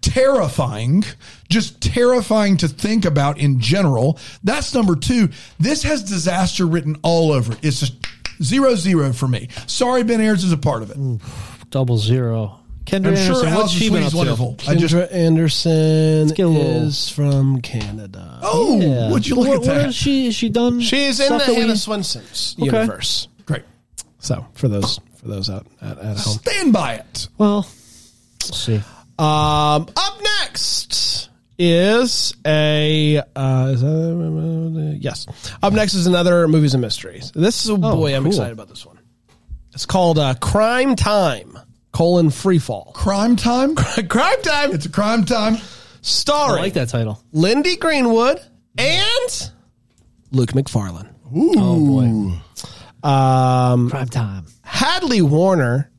Speaker 3: terrifying, just terrifying to think about in general. That's number two. This has disaster written all over it. It's just zero zero for me. Sorry, Ben Ayers is a part of it.
Speaker 2: Double zero. Kendra
Speaker 3: I'm
Speaker 2: Anderson,
Speaker 3: sure
Speaker 2: what's
Speaker 3: Allison
Speaker 2: she been up
Speaker 3: Sweeney's
Speaker 2: to?
Speaker 3: wonderful. I
Speaker 1: Kendra
Speaker 3: just
Speaker 1: Anderson
Speaker 2: get a little-
Speaker 1: is from Canada.
Speaker 3: oh,
Speaker 2: Yeah.
Speaker 3: would you look
Speaker 2: what,
Speaker 3: at that?
Speaker 2: What has she, has she done?
Speaker 1: She's in
Speaker 2: stuff
Speaker 1: the
Speaker 2: that we-
Speaker 1: Hannah Swinson's
Speaker 2: Okay.
Speaker 1: universe.
Speaker 3: Great.
Speaker 1: So for those for those out at, at home.
Speaker 3: Stand by it.
Speaker 2: Well, we'll see.
Speaker 1: Um, up next is a uh, is that- yes. Up next is another movies and mysteries. This is oh, boy, I'm
Speaker 2: cool.
Speaker 1: excited about this one. It's called uh, Crime Time: colon Free Fall.
Speaker 3: Crime time.
Speaker 1: Crime Time,
Speaker 3: It's a crime time.
Speaker 2: I
Speaker 1: starring
Speaker 2: like that title.
Speaker 1: Lindy Greenwood and Luke McFarlane.
Speaker 3: Ooh.
Speaker 1: Um,
Speaker 2: Prime time.
Speaker 1: Hadley Warner,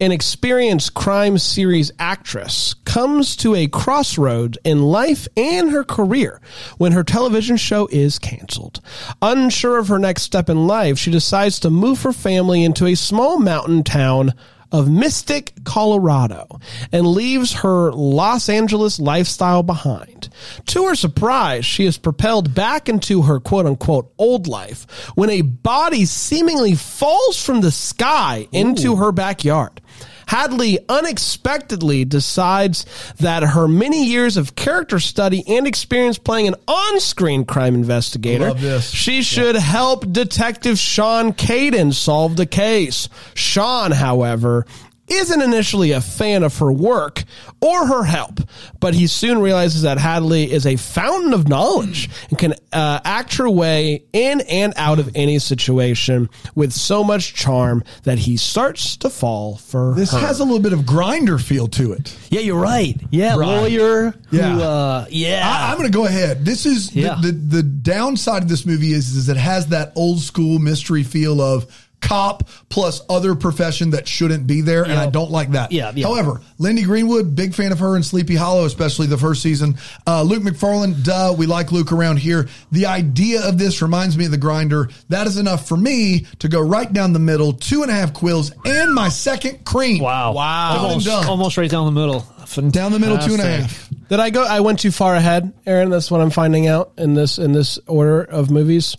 Speaker 1: an experienced crime series actress, comes to a crossroads in life and her career when her television show is canceled. Unsure of her next step in life, she decides to move her family into a small mountain town of Mystic, Colorado, and leaves her Los Angeles lifestyle behind. To her surprise, she is propelled back into her quote unquote old life when a body seemingly falls from the sky into her backyard. Hadley unexpectedly decides that her many years of character study and experience playing an on screen crime investigator,
Speaker 3: Love this.
Speaker 1: she should help Detective Sean Caden solve the case. Sean, however, isn't initially a fan of her work or her help, but he soon realizes that Hadley is a fountain of knowledge and can uh, act her way in and out of any situation with so much charm that he starts to fall for
Speaker 3: This
Speaker 1: her.
Speaker 3: has a little bit of grinder feel to it.
Speaker 2: Yeah, you're right. Yeah,
Speaker 3: Right.
Speaker 2: lawyer. Who,
Speaker 3: Yeah. Ah,
Speaker 2: uh, yeah.
Speaker 3: I, I'm going to go ahead. This is the-
Speaker 2: Yeah.
Speaker 3: the, the downside of this movie is is it has that old school mystery feel of cop plus other profession that shouldn't be there, and I
Speaker 2: Yep.
Speaker 3: don't like that.
Speaker 2: Yeah, yeah.
Speaker 3: However, Lindy Greenwood, big fan of her in Sleepy Hollow, especially the first season. Uh, Luke McFarlane, duh, we like Luke around here. The idea of this reminds me of the grinder. That is enough for me to go right down the middle, two and a half quills, and my second cream.
Speaker 2: wow.
Speaker 1: Wow.
Speaker 2: Almost,
Speaker 3: Done.
Speaker 2: almost right down the middle.
Speaker 3: Down the middle, two and a
Speaker 2: Fantastic.
Speaker 3: half.
Speaker 1: Did I go? I went too far ahead, Aaron. That's what I'm finding out in this in this order of movies.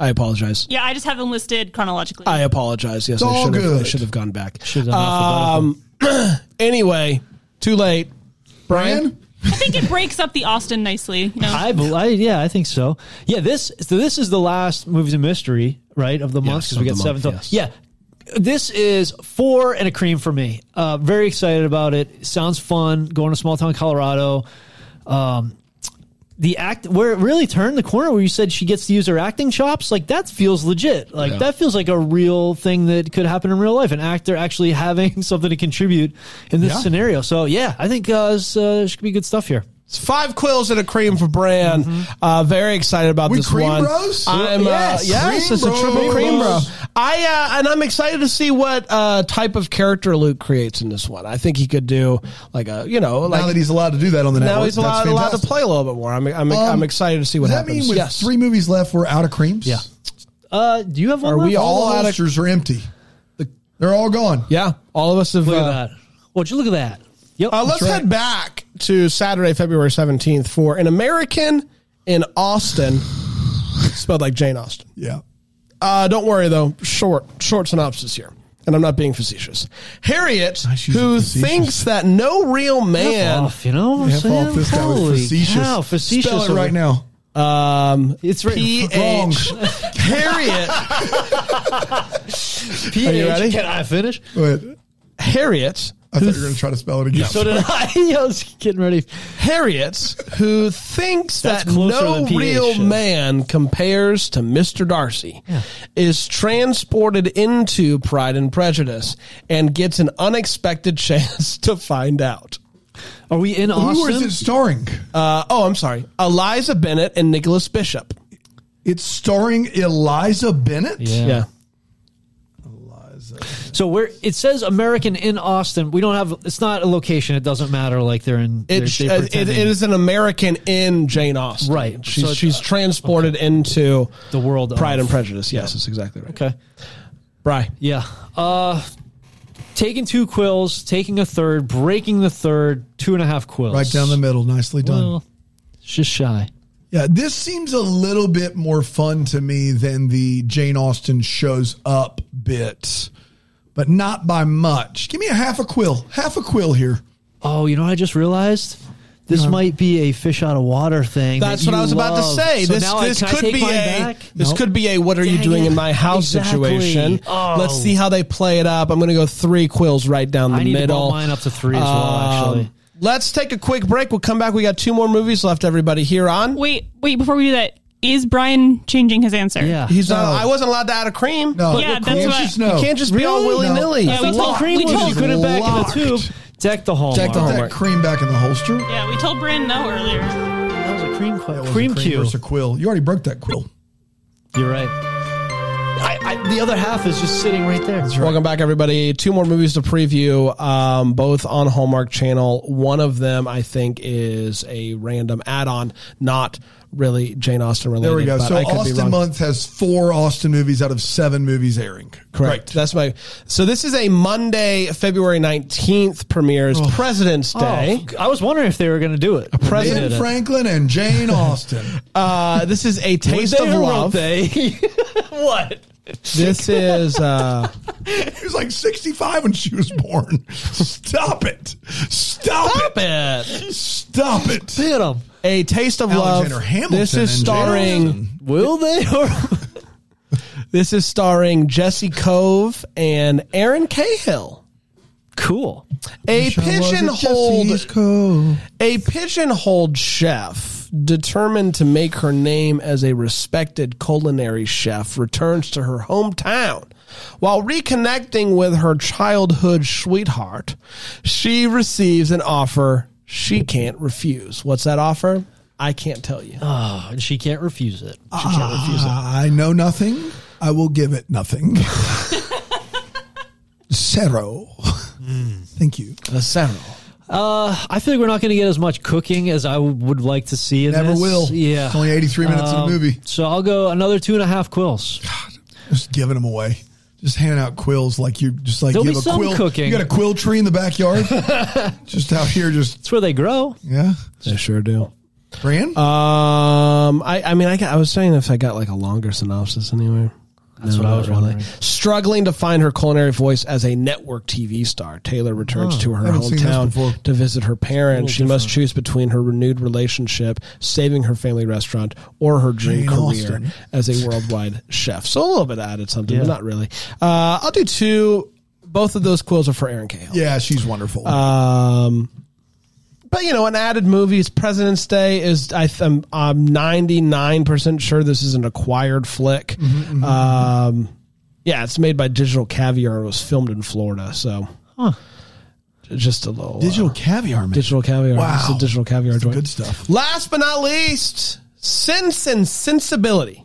Speaker 1: I apologize.
Speaker 4: Yeah, I just have them listed chronologically.
Speaker 1: I apologize. Yes, I
Speaker 3: all
Speaker 1: should, have, I
Speaker 3: good.
Speaker 1: should have gone back.
Speaker 2: Should've done alphabetical.
Speaker 1: Um, anyway, too late.
Speaker 3: Brian?
Speaker 4: I think it breaks up the Austin nicely. You know?
Speaker 2: I, bel- I yeah, I think so. Yeah, this so this is the last movies and mystery right of the month
Speaker 1: Yes,
Speaker 2: because we
Speaker 1: of
Speaker 2: got
Speaker 1: the
Speaker 2: seven.
Speaker 1: month,
Speaker 2: to-
Speaker 1: yes.
Speaker 2: Yeah, this is four and a cream for me. Uh, very excited about it. Sounds fun. Going to small town Colorado. Um, the act where it really turned the corner where you said she gets to use her acting chops like that feels legit like
Speaker 1: Yeah.
Speaker 2: that feels like a real thing that could happen in real life an actor actually having something to contribute in this
Speaker 3: Yeah.
Speaker 2: scenario so yeah i think uh, this, uh, this could be good stuff here
Speaker 1: It's five quills and a cream for Bran. Uh, very excited about
Speaker 3: Mm-hmm. We
Speaker 1: this
Speaker 3: cream
Speaker 1: one.
Speaker 3: bros?
Speaker 1: I'm
Speaker 2: Yes.
Speaker 1: uh, yes,
Speaker 3: Cream
Speaker 1: it's a triple
Speaker 3: bros.
Speaker 1: cream bro. I uh, and I'm excited to see what uh, type of character Luke creates in this one. I think he could do like a you know
Speaker 3: now that
Speaker 1: like
Speaker 3: he's allowed to do that on the network.
Speaker 1: now he's allowed,
Speaker 3: that's
Speaker 1: allowed to
Speaker 3: fantastic.
Speaker 1: play a little bit more. I'm I'm,
Speaker 3: Um,
Speaker 1: I'm excited to see what
Speaker 3: Does that
Speaker 1: happens.
Speaker 3: mean with
Speaker 1: yes.
Speaker 3: three movies left, we're out of creams?
Speaker 2: Yeah. Uh, do you have one?
Speaker 1: Are we
Speaker 2: left?
Speaker 1: all
Speaker 3: All
Speaker 1: out of-
Speaker 3: holsters are empty. The- They're all gone.
Speaker 1: yeah, all of us have.
Speaker 2: Look
Speaker 1: uh,
Speaker 2: at that. Would you look at that? Yep.
Speaker 1: Uh, let's head back to Saturday, February 17th for an American in Austin, spelled like Jane Austen.
Speaker 3: Yeah.
Speaker 1: Uh, don't worry though. Short, short synopsis here, and I'm not being facetious. Harriet,
Speaker 3: using
Speaker 1: who
Speaker 3: facetious.
Speaker 1: thinks that no real man,
Speaker 2: off, you know what I'm
Speaker 3: F
Speaker 2: saying?
Speaker 3: off. This guy was
Speaker 2: Oh, Holy
Speaker 3: facetious.
Speaker 2: cow, facetious
Speaker 3: Spell it
Speaker 2: over-
Speaker 3: right now.
Speaker 1: um,
Speaker 2: It's right-
Speaker 1: P
Speaker 3: Wrong.
Speaker 1: H Harriet,
Speaker 2: PH.
Speaker 1: Are you ready?
Speaker 2: Can I finish?
Speaker 3: But
Speaker 1: Harriet,
Speaker 3: I thought you were going to try to spell it again.
Speaker 2: So did I. I was getting ready.
Speaker 1: Harriet, who thinks
Speaker 2: That's
Speaker 1: that
Speaker 2: closer than
Speaker 1: no
Speaker 2: PH,
Speaker 1: real
Speaker 2: yeah.
Speaker 1: man compares to Mr. Darcy,
Speaker 2: Yeah.
Speaker 1: is transported into Pride and Prejudice and gets an unexpected chance to find out.
Speaker 2: Are we in
Speaker 3: Who is
Speaker 2: Austin?
Speaker 3: it starring?
Speaker 1: Uh, oh, I'm sorry. Eliza Bennett and Nicholas Bishop.
Speaker 3: it's starring Eliza Bennett.
Speaker 2: Yeah.
Speaker 1: Yeah.
Speaker 2: So where it says American in Austin, we don't have. It's not a location. It doesn't matter. Like they're in.
Speaker 1: It,
Speaker 2: they're, they're
Speaker 1: uh, it, it
Speaker 2: pretending
Speaker 1: is an American in Jane Austen.
Speaker 2: Right.
Speaker 1: She's,
Speaker 2: So it's- uh,
Speaker 1: she's transported into
Speaker 2: the world.
Speaker 1: Pride
Speaker 2: of-
Speaker 1: and Prejudice. Yes, that's exactly right.
Speaker 2: Okay.
Speaker 1: Bri.
Speaker 2: Yeah. Uh, taking two quills, taking a third, breaking the third, two and a half quills.
Speaker 3: Right down the middle. Nicely done.
Speaker 2: Well, it's just shy.
Speaker 3: Yeah, this seems a little bit more fun to me than the Jane Austen shows up bit, but not by much. Give me a half a quill, half a quill here.
Speaker 2: Oh, you know what I just realized? This might be a fish out of water thing. that
Speaker 1: That's what
Speaker 2: you
Speaker 1: I was about
Speaker 2: love.
Speaker 1: to say.
Speaker 2: So
Speaker 1: this
Speaker 2: now I-
Speaker 1: this
Speaker 2: can I
Speaker 1: could
Speaker 2: take
Speaker 1: be a
Speaker 2: mine back?
Speaker 1: this
Speaker 2: Nope.
Speaker 1: could be a what are you
Speaker 2: Dang
Speaker 1: doing
Speaker 2: it.
Speaker 1: in my house
Speaker 2: Exactly.
Speaker 1: situation.
Speaker 2: Oh.
Speaker 1: Let's see how they play it up. I'm going to go three quills right down the
Speaker 2: I need to
Speaker 1: middle.
Speaker 2: bump mine up to three as well,
Speaker 1: Um,
Speaker 2: actually.
Speaker 1: let's take a quick break. We'll come back. We got two more movies left. Everybody here on.
Speaker 4: wait, wait, before we do that, is Brian changing his answer?
Speaker 2: Yeah.
Speaker 1: He's not,
Speaker 3: No.
Speaker 1: I wasn't allowed to add a cream.
Speaker 3: No,
Speaker 4: Yeah,
Speaker 3: the
Speaker 4: that's
Speaker 3: answer's
Speaker 4: what-
Speaker 3: no.
Speaker 1: Can't just be all
Speaker 3: Oh, Really?
Speaker 1: willy nilly.
Speaker 4: Yeah, we
Speaker 2: It's all
Speaker 4: Locked.
Speaker 2: cream
Speaker 4: We
Speaker 2: was you
Speaker 4: told-
Speaker 2: put it back
Speaker 3: Locked.
Speaker 2: in the tube. Deck the hallmark.
Speaker 1: Deck the
Speaker 3: Put that cream back in the holster.
Speaker 4: Yeah, we told Brian no earlier.
Speaker 2: That was a cream
Speaker 3: That
Speaker 2: quill.
Speaker 3: was a
Speaker 2: Cream
Speaker 3: cream
Speaker 2: cue.
Speaker 3: versus a quill. You already broke that quill.
Speaker 2: You're right. I, I, the other half is just sitting right there.
Speaker 1: Welcome back, everybody. Two more movies to preview, um, both on Hallmark Channel. One of them, I think, is a random add-on, not really Jane Austen related.
Speaker 3: There we go.
Speaker 1: but
Speaker 3: So
Speaker 1: I could be
Speaker 3: Austin
Speaker 1: wrong.
Speaker 3: Month has four Austin movies out of seven movies airing.
Speaker 1: Correct.
Speaker 3: Right.
Speaker 1: That's my. So this is a Monday, February nineteenth premieres
Speaker 3: Oh.
Speaker 1: President's Day.
Speaker 2: Oh, I was wondering if they were going to do it. A
Speaker 1: president-
Speaker 3: Ben Franklin and Jane Austen.
Speaker 1: Uh, this is a taste
Speaker 2: they
Speaker 1: of
Speaker 2: or won't
Speaker 1: love.
Speaker 2: they? what?
Speaker 1: This is uh,
Speaker 3: he was like 65 when she was born. Stop it. Stop,
Speaker 1: stop
Speaker 3: it.
Speaker 1: it.
Speaker 3: Stop it.
Speaker 2: Hit them.
Speaker 1: A taste of
Speaker 3: Alexander
Speaker 1: love.
Speaker 3: Hamilton.
Speaker 1: This is
Speaker 3: and Jane
Speaker 1: starring.
Speaker 3: Austen.
Speaker 2: Will they or
Speaker 1: This is starring Jesse Cove and Aaron Cahill.
Speaker 2: Cool.
Speaker 1: A pigeonholed
Speaker 3: cold.
Speaker 1: A pigeonholed chef, determined to make her name as a respected culinary chef, returns to her hometown. While reconnecting with her childhood sweetheart, she receives an offer she can't refuse. What's that offer? I can't tell you.
Speaker 2: Oh, and she can't refuse it. She can't refuse it.
Speaker 3: Ah, I know nothing. I will give it nothing. Zero.
Speaker 2: Hmm.
Speaker 3: Thank you.
Speaker 1: The several.
Speaker 2: I feel like we're not going to get as much cooking as I w- would like to see. In
Speaker 3: Never
Speaker 2: this.
Speaker 3: will.
Speaker 2: Yeah.
Speaker 3: It's only 83 minutes of
Speaker 2: Um,
Speaker 3: the movie.
Speaker 2: So I'll go another two and a half quills.
Speaker 3: Just giving them away. Just handing out quills like you just like
Speaker 2: There'll
Speaker 3: you
Speaker 2: be
Speaker 3: have a
Speaker 2: some
Speaker 3: quill.
Speaker 2: cooking.
Speaker 3: You got a quill tree in the backyard. just out here, just
Speaker 2: It's where they grow.
Speaker 3: yeah.
Speaker 1: I sure do.
Speaker 3: Brand.
Speaker 2: Uh,
Speaker 1: Um, I, I mean, I, got- I was saying if I got like a longer synopsis anywhere. That's
Speaker 2: what I was wondering.
Speaker 1: Struggling to find her culinary voice as a network TV star, Taylor returns to her
Speaker 3: Oh, haven't seen this before.
Speaker 1: hometown to visit her parents. She must choose between her renewed relationship, saving her family restaurant, or her dream
Speaker 3: Jane
Speaker 1: career
Speaker 3: Austen.
Speaker 1: as a worldwide chef. So a little bit added something, but not really. Uh, I'll do two. Both of those quills are for Aaron Cahill.
Speaker 3: yeah, she's wonderful.
Speaker 2: uh,
Speaker 1: Um, but you know, an added movie is President's Day is I th- I'm, I'm 99% sure this is an acquired flick.
Speaker 3: Mm-hmm,
Speaker 1: Um, yeah, it's made by Digital Caviar. It was filmed in Florida, so just a little uh,
Speaker 3: digital caviar. Man.
Speaker 1: digital caviar.
Speaker 3: Wow.
Speaker 1: It's a digital caviar
Speaker 3: That's the
Speaker 1: joint.
Speaker 3: good stuff.
Speaker 1: Last but not least, Sense and Sensibility.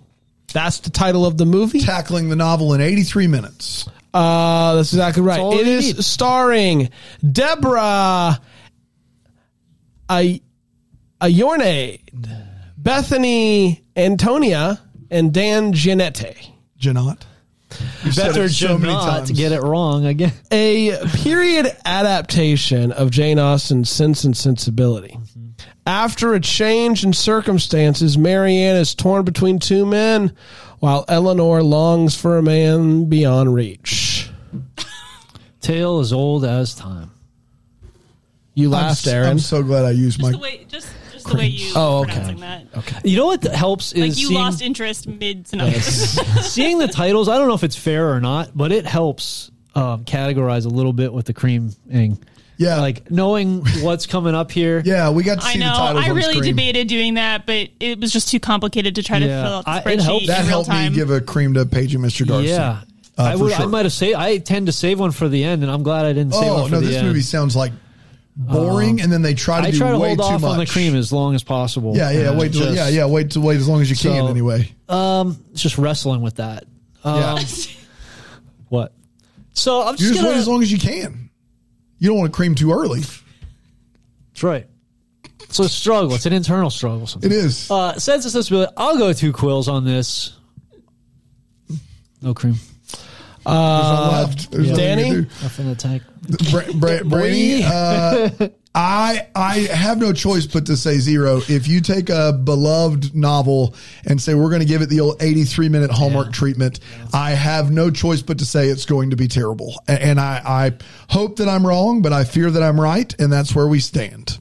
Speaker 1: That's the title of the movie.
Speaker 3: Tackling the novel in 83 minutes.
Speaker 1: Uh, that's exactly right.
Speaker 2: all
Speaker 1: It
Speaker 2: you
Speaker 1: is
Speaker 2: need.
Speaker 1: starring Deborah Ay- Ayorne, Bethany Antonia, and Dan Giannetti.
Speaker 3: Janot. You've said
Speaker 2: Better
Speaker 3: it so
Speaker 2: to
Speaker 3: many
Speaker 2: not
Speaker 3: times.
Speaker 2: get it wrong again.
Speaker 1: a period adaptation of Jane Austen's Sense and Sensibility. After a change in circumstances, Marianne is torn between two men, while Eleanor longs for a man beyond reach.
Speaker 2: Tale as old as time.
Speaker 1: You
Speaker 3: I'm,
Speaker 1: laughed,
Speaker 3: s-
Speaker 1: Aaron.
Speaker 3: I'm so glad I used my
Speaker 4: Just the way, just, just the way you
Speaker 1: Oh,
Speaker 4: oh,
Speaker 1: okay.
Speaker 4: pronouncing that. Okay.
Speaker 2: You know what helps is
Speaker 4: Like you
Speaker 2: seeing,
Speaker 4: lost interest mid synopsis.
Speaker 2: seeing the titles. I don't know if it's fair or not, but it helps um, categorize a little bit with the creaming.
Speaker 3: Yeah.
Speaker 2: Like knowing what's coming up here.
Speaker 3: Yeah, we got to see
Speaker 4: I know.
Speaker 3: the titles
Speaker 4: I
Speaker 3: on
Speaker 4: really
Speaker 3: screen.
Speaker 4: debated doing that, but it was just too complicated to try
Speaker 2: Yeah.
Speaker 4: to fill out the
Speaker 2: I- it
Speaker 4: spreadsheet
Speaker 2: helped.
Speaker 4: in
Speaker 3: That
Speaker 4: real
Speaker 3: helped
Speaker 4: time.
Speaker 3: me give a cream to Pagey Mr. Darcy.
Speaker 2: Yeah.
Speaker 3: Uh,
Speaker 2: I
Speaker 3: for
Speaker 2: would. I
Speaker 3: sure.
Speaker 2: might have saved. I tend to save one for the end, and I'm glad I didn't save one
Speaker 3: Oh
Speaker 2: for
Speaker 3: no,
Speaker 2: the
Speaker 3: this
Speaker 2: end. Uh-huh.
Speaker 3: movie sounds like boring, and then they try to
Speaker 2: I
Speaker 3: do
Speaker 2: try to
Speaker 3: way
Speaker 2: hold
Speaker 3: too
Speaker 2: off
Speaker 3: much.
Speaker 2: on the cream as long as possible.
Speaker 3: Yeah, yeah,
Speaker 2: And
Speaker 3: wait, till,
Speaker 2: just-
Speaker 3: yeah, yeah, wait to wait as long as you can.
Speaker 2: So-
Speaker 3: Anyway,
Speaker 2: Just wrestling with that. Um,
Speaker 3: yeah,
Speaker 2: What? So I'm
Speaker 3: you
Speaker 2: just
Speaker 3: just wait
Speaker 2: gonna.
Speaker 3: as long as you can. You don't want to cream too early.
Speaker 2: That's right. So it's a struggle. It's an internal struggle. Sometimes.
Speaker 3: It is.
Speaker 2: Uh, sense of sensibility. I'll go two quills on this. No cream. Uh,
Speaker 3: I left. There's nothing
Speaker 1: Danny?
Speaker 3: you
Speaker 2: Nothing to take.
Speaker 3: can do. Bra- Bra- Brady, uh, I I have no choice but to say zero. If you take a beloved novel and say we're going to give it the old 83 minute Hallmark treatment, I have no choice but to say it's going to be terrible. A- And I, I hope that I'm wrong, but I fear that I'm right, and that's where we stand.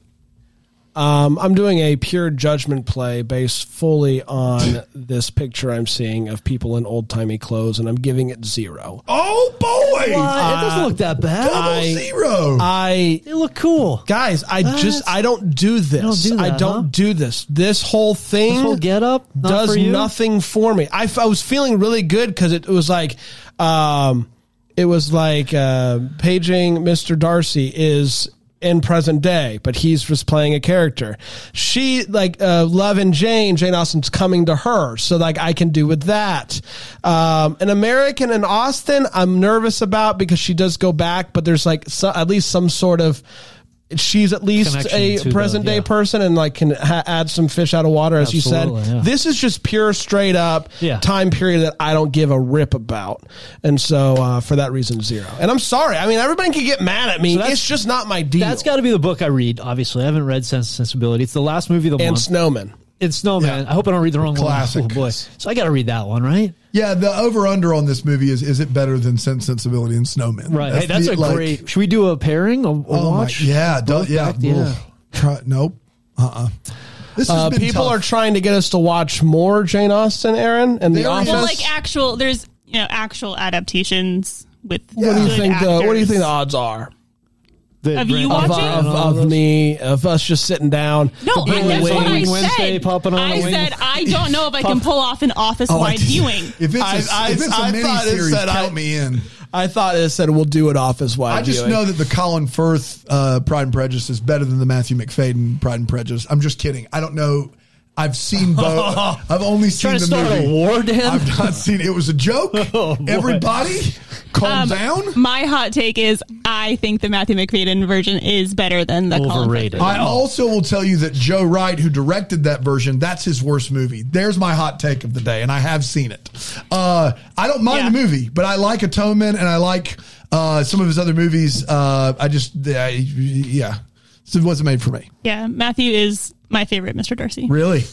Speaker 1: Um, I'm doing a pure judgment play based fully on this picture I'm seeing of people in old timey clothes, and I'm giving it zero.
Speaker 3: Oh boy!
Speaker 2: it doesn't look that bad.
Speaker 3: Double zero.
Speaker 1: I
Speaker 2: they look cool.
Speaker 1: guys, I just
Speaker 2: That's-
Speaker 1: I don't do this.
Speaker 2: You don't do
Speaker 1: I
Speaker 2: that,
Speaker 1: don't
Speaker 2: huh?
Speaker 1: do this. This whole thing
Speaker 2: This whole getup not
Speaker 1: does
Speaker 2: for you?
Speaker 1: nothing for me. I, f- I was feeling really good because it, was like, um, it was like uh, paging Mr. Darcy is in present day, but he's just playing a character. She like uh, Love and Jane. Jane Austen's coming to her, so like I can do with that. Um, an American in Austin, I'm nervous about because she does go back, but there's like so, at least some sort of. She's at least
Speaker 2: Connection
Speaker 1: a
Speaker 2: to the-
Speaker 1: present day
Speaker 2: yeah.
Speaker 1: person and like can ha- add some fish out of water, as you
Speaker 2: Absolutely,
Speaker 1: said.
Speaker 2: yeah.
Speaker 1: This is just pure, straight up
Speaker 2: Yeah.
Speaker 1: time period that I don't give a rip about, and so uh, for that reason, zero. And I'm sorry. I mean, everybody can get mad at me.
Speaker 2: that's-
Speaker 1: it's just not my deal.
Speaker 2: That's got to be the book I read. Obviously, I haven't read Sense and Sensibility. It's the last movie of the
Speaker 1: and
Speaker 2: month.
Speaker 1: Snowman.
Speaker 2: it's Snowman.
Speaker 3: Yeah.
Speaker 2: I hope I don't read the wrong
Speaker 3: Classic.
Speaker 2: one. Oh boy! So I got to read that one, right?
Speaker 3: yeah, the over under on this movie is is it better than Sense Sensibility and Snowman?
Speaker 2: Right. hey, that's
Speaker 3: the,
Speaker 2: a
Speaker 3: like,
Speaker 2: great. Should we do a pairing? A, a
Speaker 3: Oh my,
Speaker 2: watch?
Speaker 3: yeah, don't, yeah,
Speaker 2: back to-
Speaker 3: oof. Try, nope. Uh uh This has
Speaker 1: Uh,
Speaker 3: been
Speaker 1: people
Speaker 3: tough.
Speaker 1: are trying to get us to watch more Jane Austen, Aaron, and The
Speaker 3: There is-
Speaker 1: Office.
Speaker 4: Well, like actual, there's you know actual adaptations with.
Speaker 1: what do you
Speaker 4: good
Speaker 1: think? The, what do you
Speaker 4: actors.
Speaker 1: think the odds are?
Speaker 2: that
Speaker 4: Of you
Speaker 2: Brandon
Speaker 1: of,
Speaker 4: watching?
Speaker 2: Brown
Speaker 1: of,
Speaker 2: and all
Speaker 1: of
Speaker 2: those-
Speaker 1: me, of us just sitting down.
Speaker 4: No, I,
Speaker 1: Completely
Speaker 4: that's what I
Speaker 1: winged.
Speaker 2: Wednesday
Speaker 4: said.
Speaker 2: popping on a
Speaker 4: I
Speaker 2: wing.
Speaker 4: said I don't know if I can pull off an
Speaker 3: Oh,
Speaker 4: office-wide viewing.
Speaker 3: If it's a
Speaker 1: I- I-
Speaker 3: if it's a
Speaker 1: I
Speaker 3: mini
Speaker 1: thought it
Speaker 3: series,
Speaker 1: said
Speaker 3: count
Speaker 1: I-
Speaker 3: me in.
Speaker 1: I thought it said we'll do it office wide.
Speaker 3: I just know that the Colin Firth uh, Pride and Prejudice is better than the Matthew McFadden Pride and Prejudice. I'm just kidding. I don't know. I've seen both. I've only seen
Speaker 2: Trying to
Speaker 3: the
Speaker 2: start
Speaker 3: movie.
Speaker 2: a war, Dan?
Speaker 3: I've not seen. It was a joke. Everybody, calm down.
Speaker 4: My hot take is I think the Matthew McFadden version is better than the Colin Firth
Speaker 2: Overrated.
Speaker 3: I also will tell you that Joe Wright, who directed that version, that's his worst movie. There's my hot take of the day, and I have seen it. Uh, I don't mind
Speaker 4: Yeah.
Speaker 3: the movie, but I like Atonement and I like uh, some of his other movies. Uh, I just, I, yeah, so it wasn't made for me.
Speaker 4: Yeah, Matthew is my favorite Mr. Darcy.
Speaker 3: Really?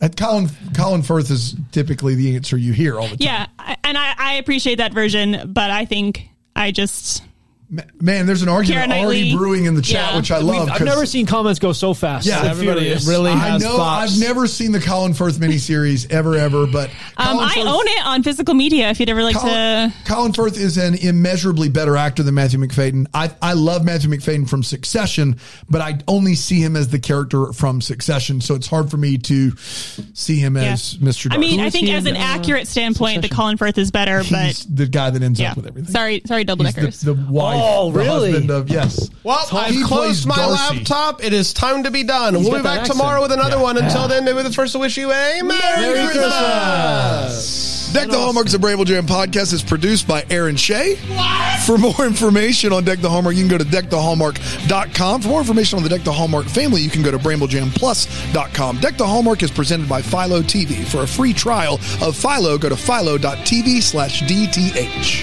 Speaker 3: And Colin Colin Firth is typically the answer you hear all the time.
Speaker 4: Yeah, I- and I, I appreciate that version, but I think I just
Speaker 3: Ma- Man, there's an argument
Speaker 4: Keira Knightley.
Speaker 3: already brewing in the chat,
Speaker 4: Yeah.
Speaker 3: which I
Speaker 2: We've-
Speaker 3: love.
Speaker 2: I've
Speaker 3: 'cause-
Speaker 2: never seen comments go so fast.
Speaker 3: Yeah,
Speaker 2: and
Speaker 1: everybody
Speaker 2: furious.
Speaker 1: really
Speaker 3: I
Speaker 1: has
Speaker 3: know
Speaker 1: thoughts.
Speaker 3: I've never seen the Colin Firth miniseries ever, ever, but
Speaker 4: um,
Speaker 3: Colin
Speaker 4: I
Speaker 3: Firth-
Speaker 4: own it on physical media. If you'd ever like
Speaker 3: Colin,
Speaker 4: to,
Speaker 3: Colin Firth is an immeasurably better actor than Matthew McFadden. I, I love Matthew McFadden from Succession, but I only see him as the character from Succession, so it's hard for me to see him
Speaker 4: Yeah.
Speaker 3: as Mr.
Speaker 4: I
Speaker 3: Darcy.
Speaker 4: mean, I
Speaker 2: is
Speaker 4: think
Speaker 2: he
Speaker 4: as
Speaker 2: in,
Speaker 4: an
Speaker 2: uh,
Speaker 4: accurate standpoint, the
Speaker 2: Succession?
Speaker 4: Colin Firth is better,
Speaker 3: he's
Speaker 4: but
Speaker 3: the guy that ends
Speaker 4: yeah.
Speaker 3: up with everything.
Speaker 4: Sorry, sorry, double
Speaker 3: He's
Speaker 4: deckers.
Speaker 3: the, the wife.
Speaker 2: Oh,
Speaker 3: the
Speaker 2: really?
Speaker 3: husband of- yes.
Speaker 1: Well,
Speaker 3: He
Speaker 1: I've
Speaker 3: plays
Speaker 1: closed my
Speaker 3: Darcy.
Speaker 1: laptop. It is time to be done. we'll
Speaker 2: got
Speaker 1: be
Speaker 2: that
Speaker 1: back
Speaker 2: accent.
Speaker 1: tomorrow with another
Speaker 2: Yeah.
Speaker 1: one. Until then, may we the first to wish you a Merry,
Speaker 3: Merry Deck the Hallmarks of Bramble Jam podcast is produced by Aaron Shea. For more information on Deck the Hallmark, you can go to deckthehallmark.com. For more information on the Deck the Hallmark family, you can go to bramblejamplus.com. Deck the Hallmark is presented by Philo TV. For a free trial of Philo, go to philo.tv slash DTH.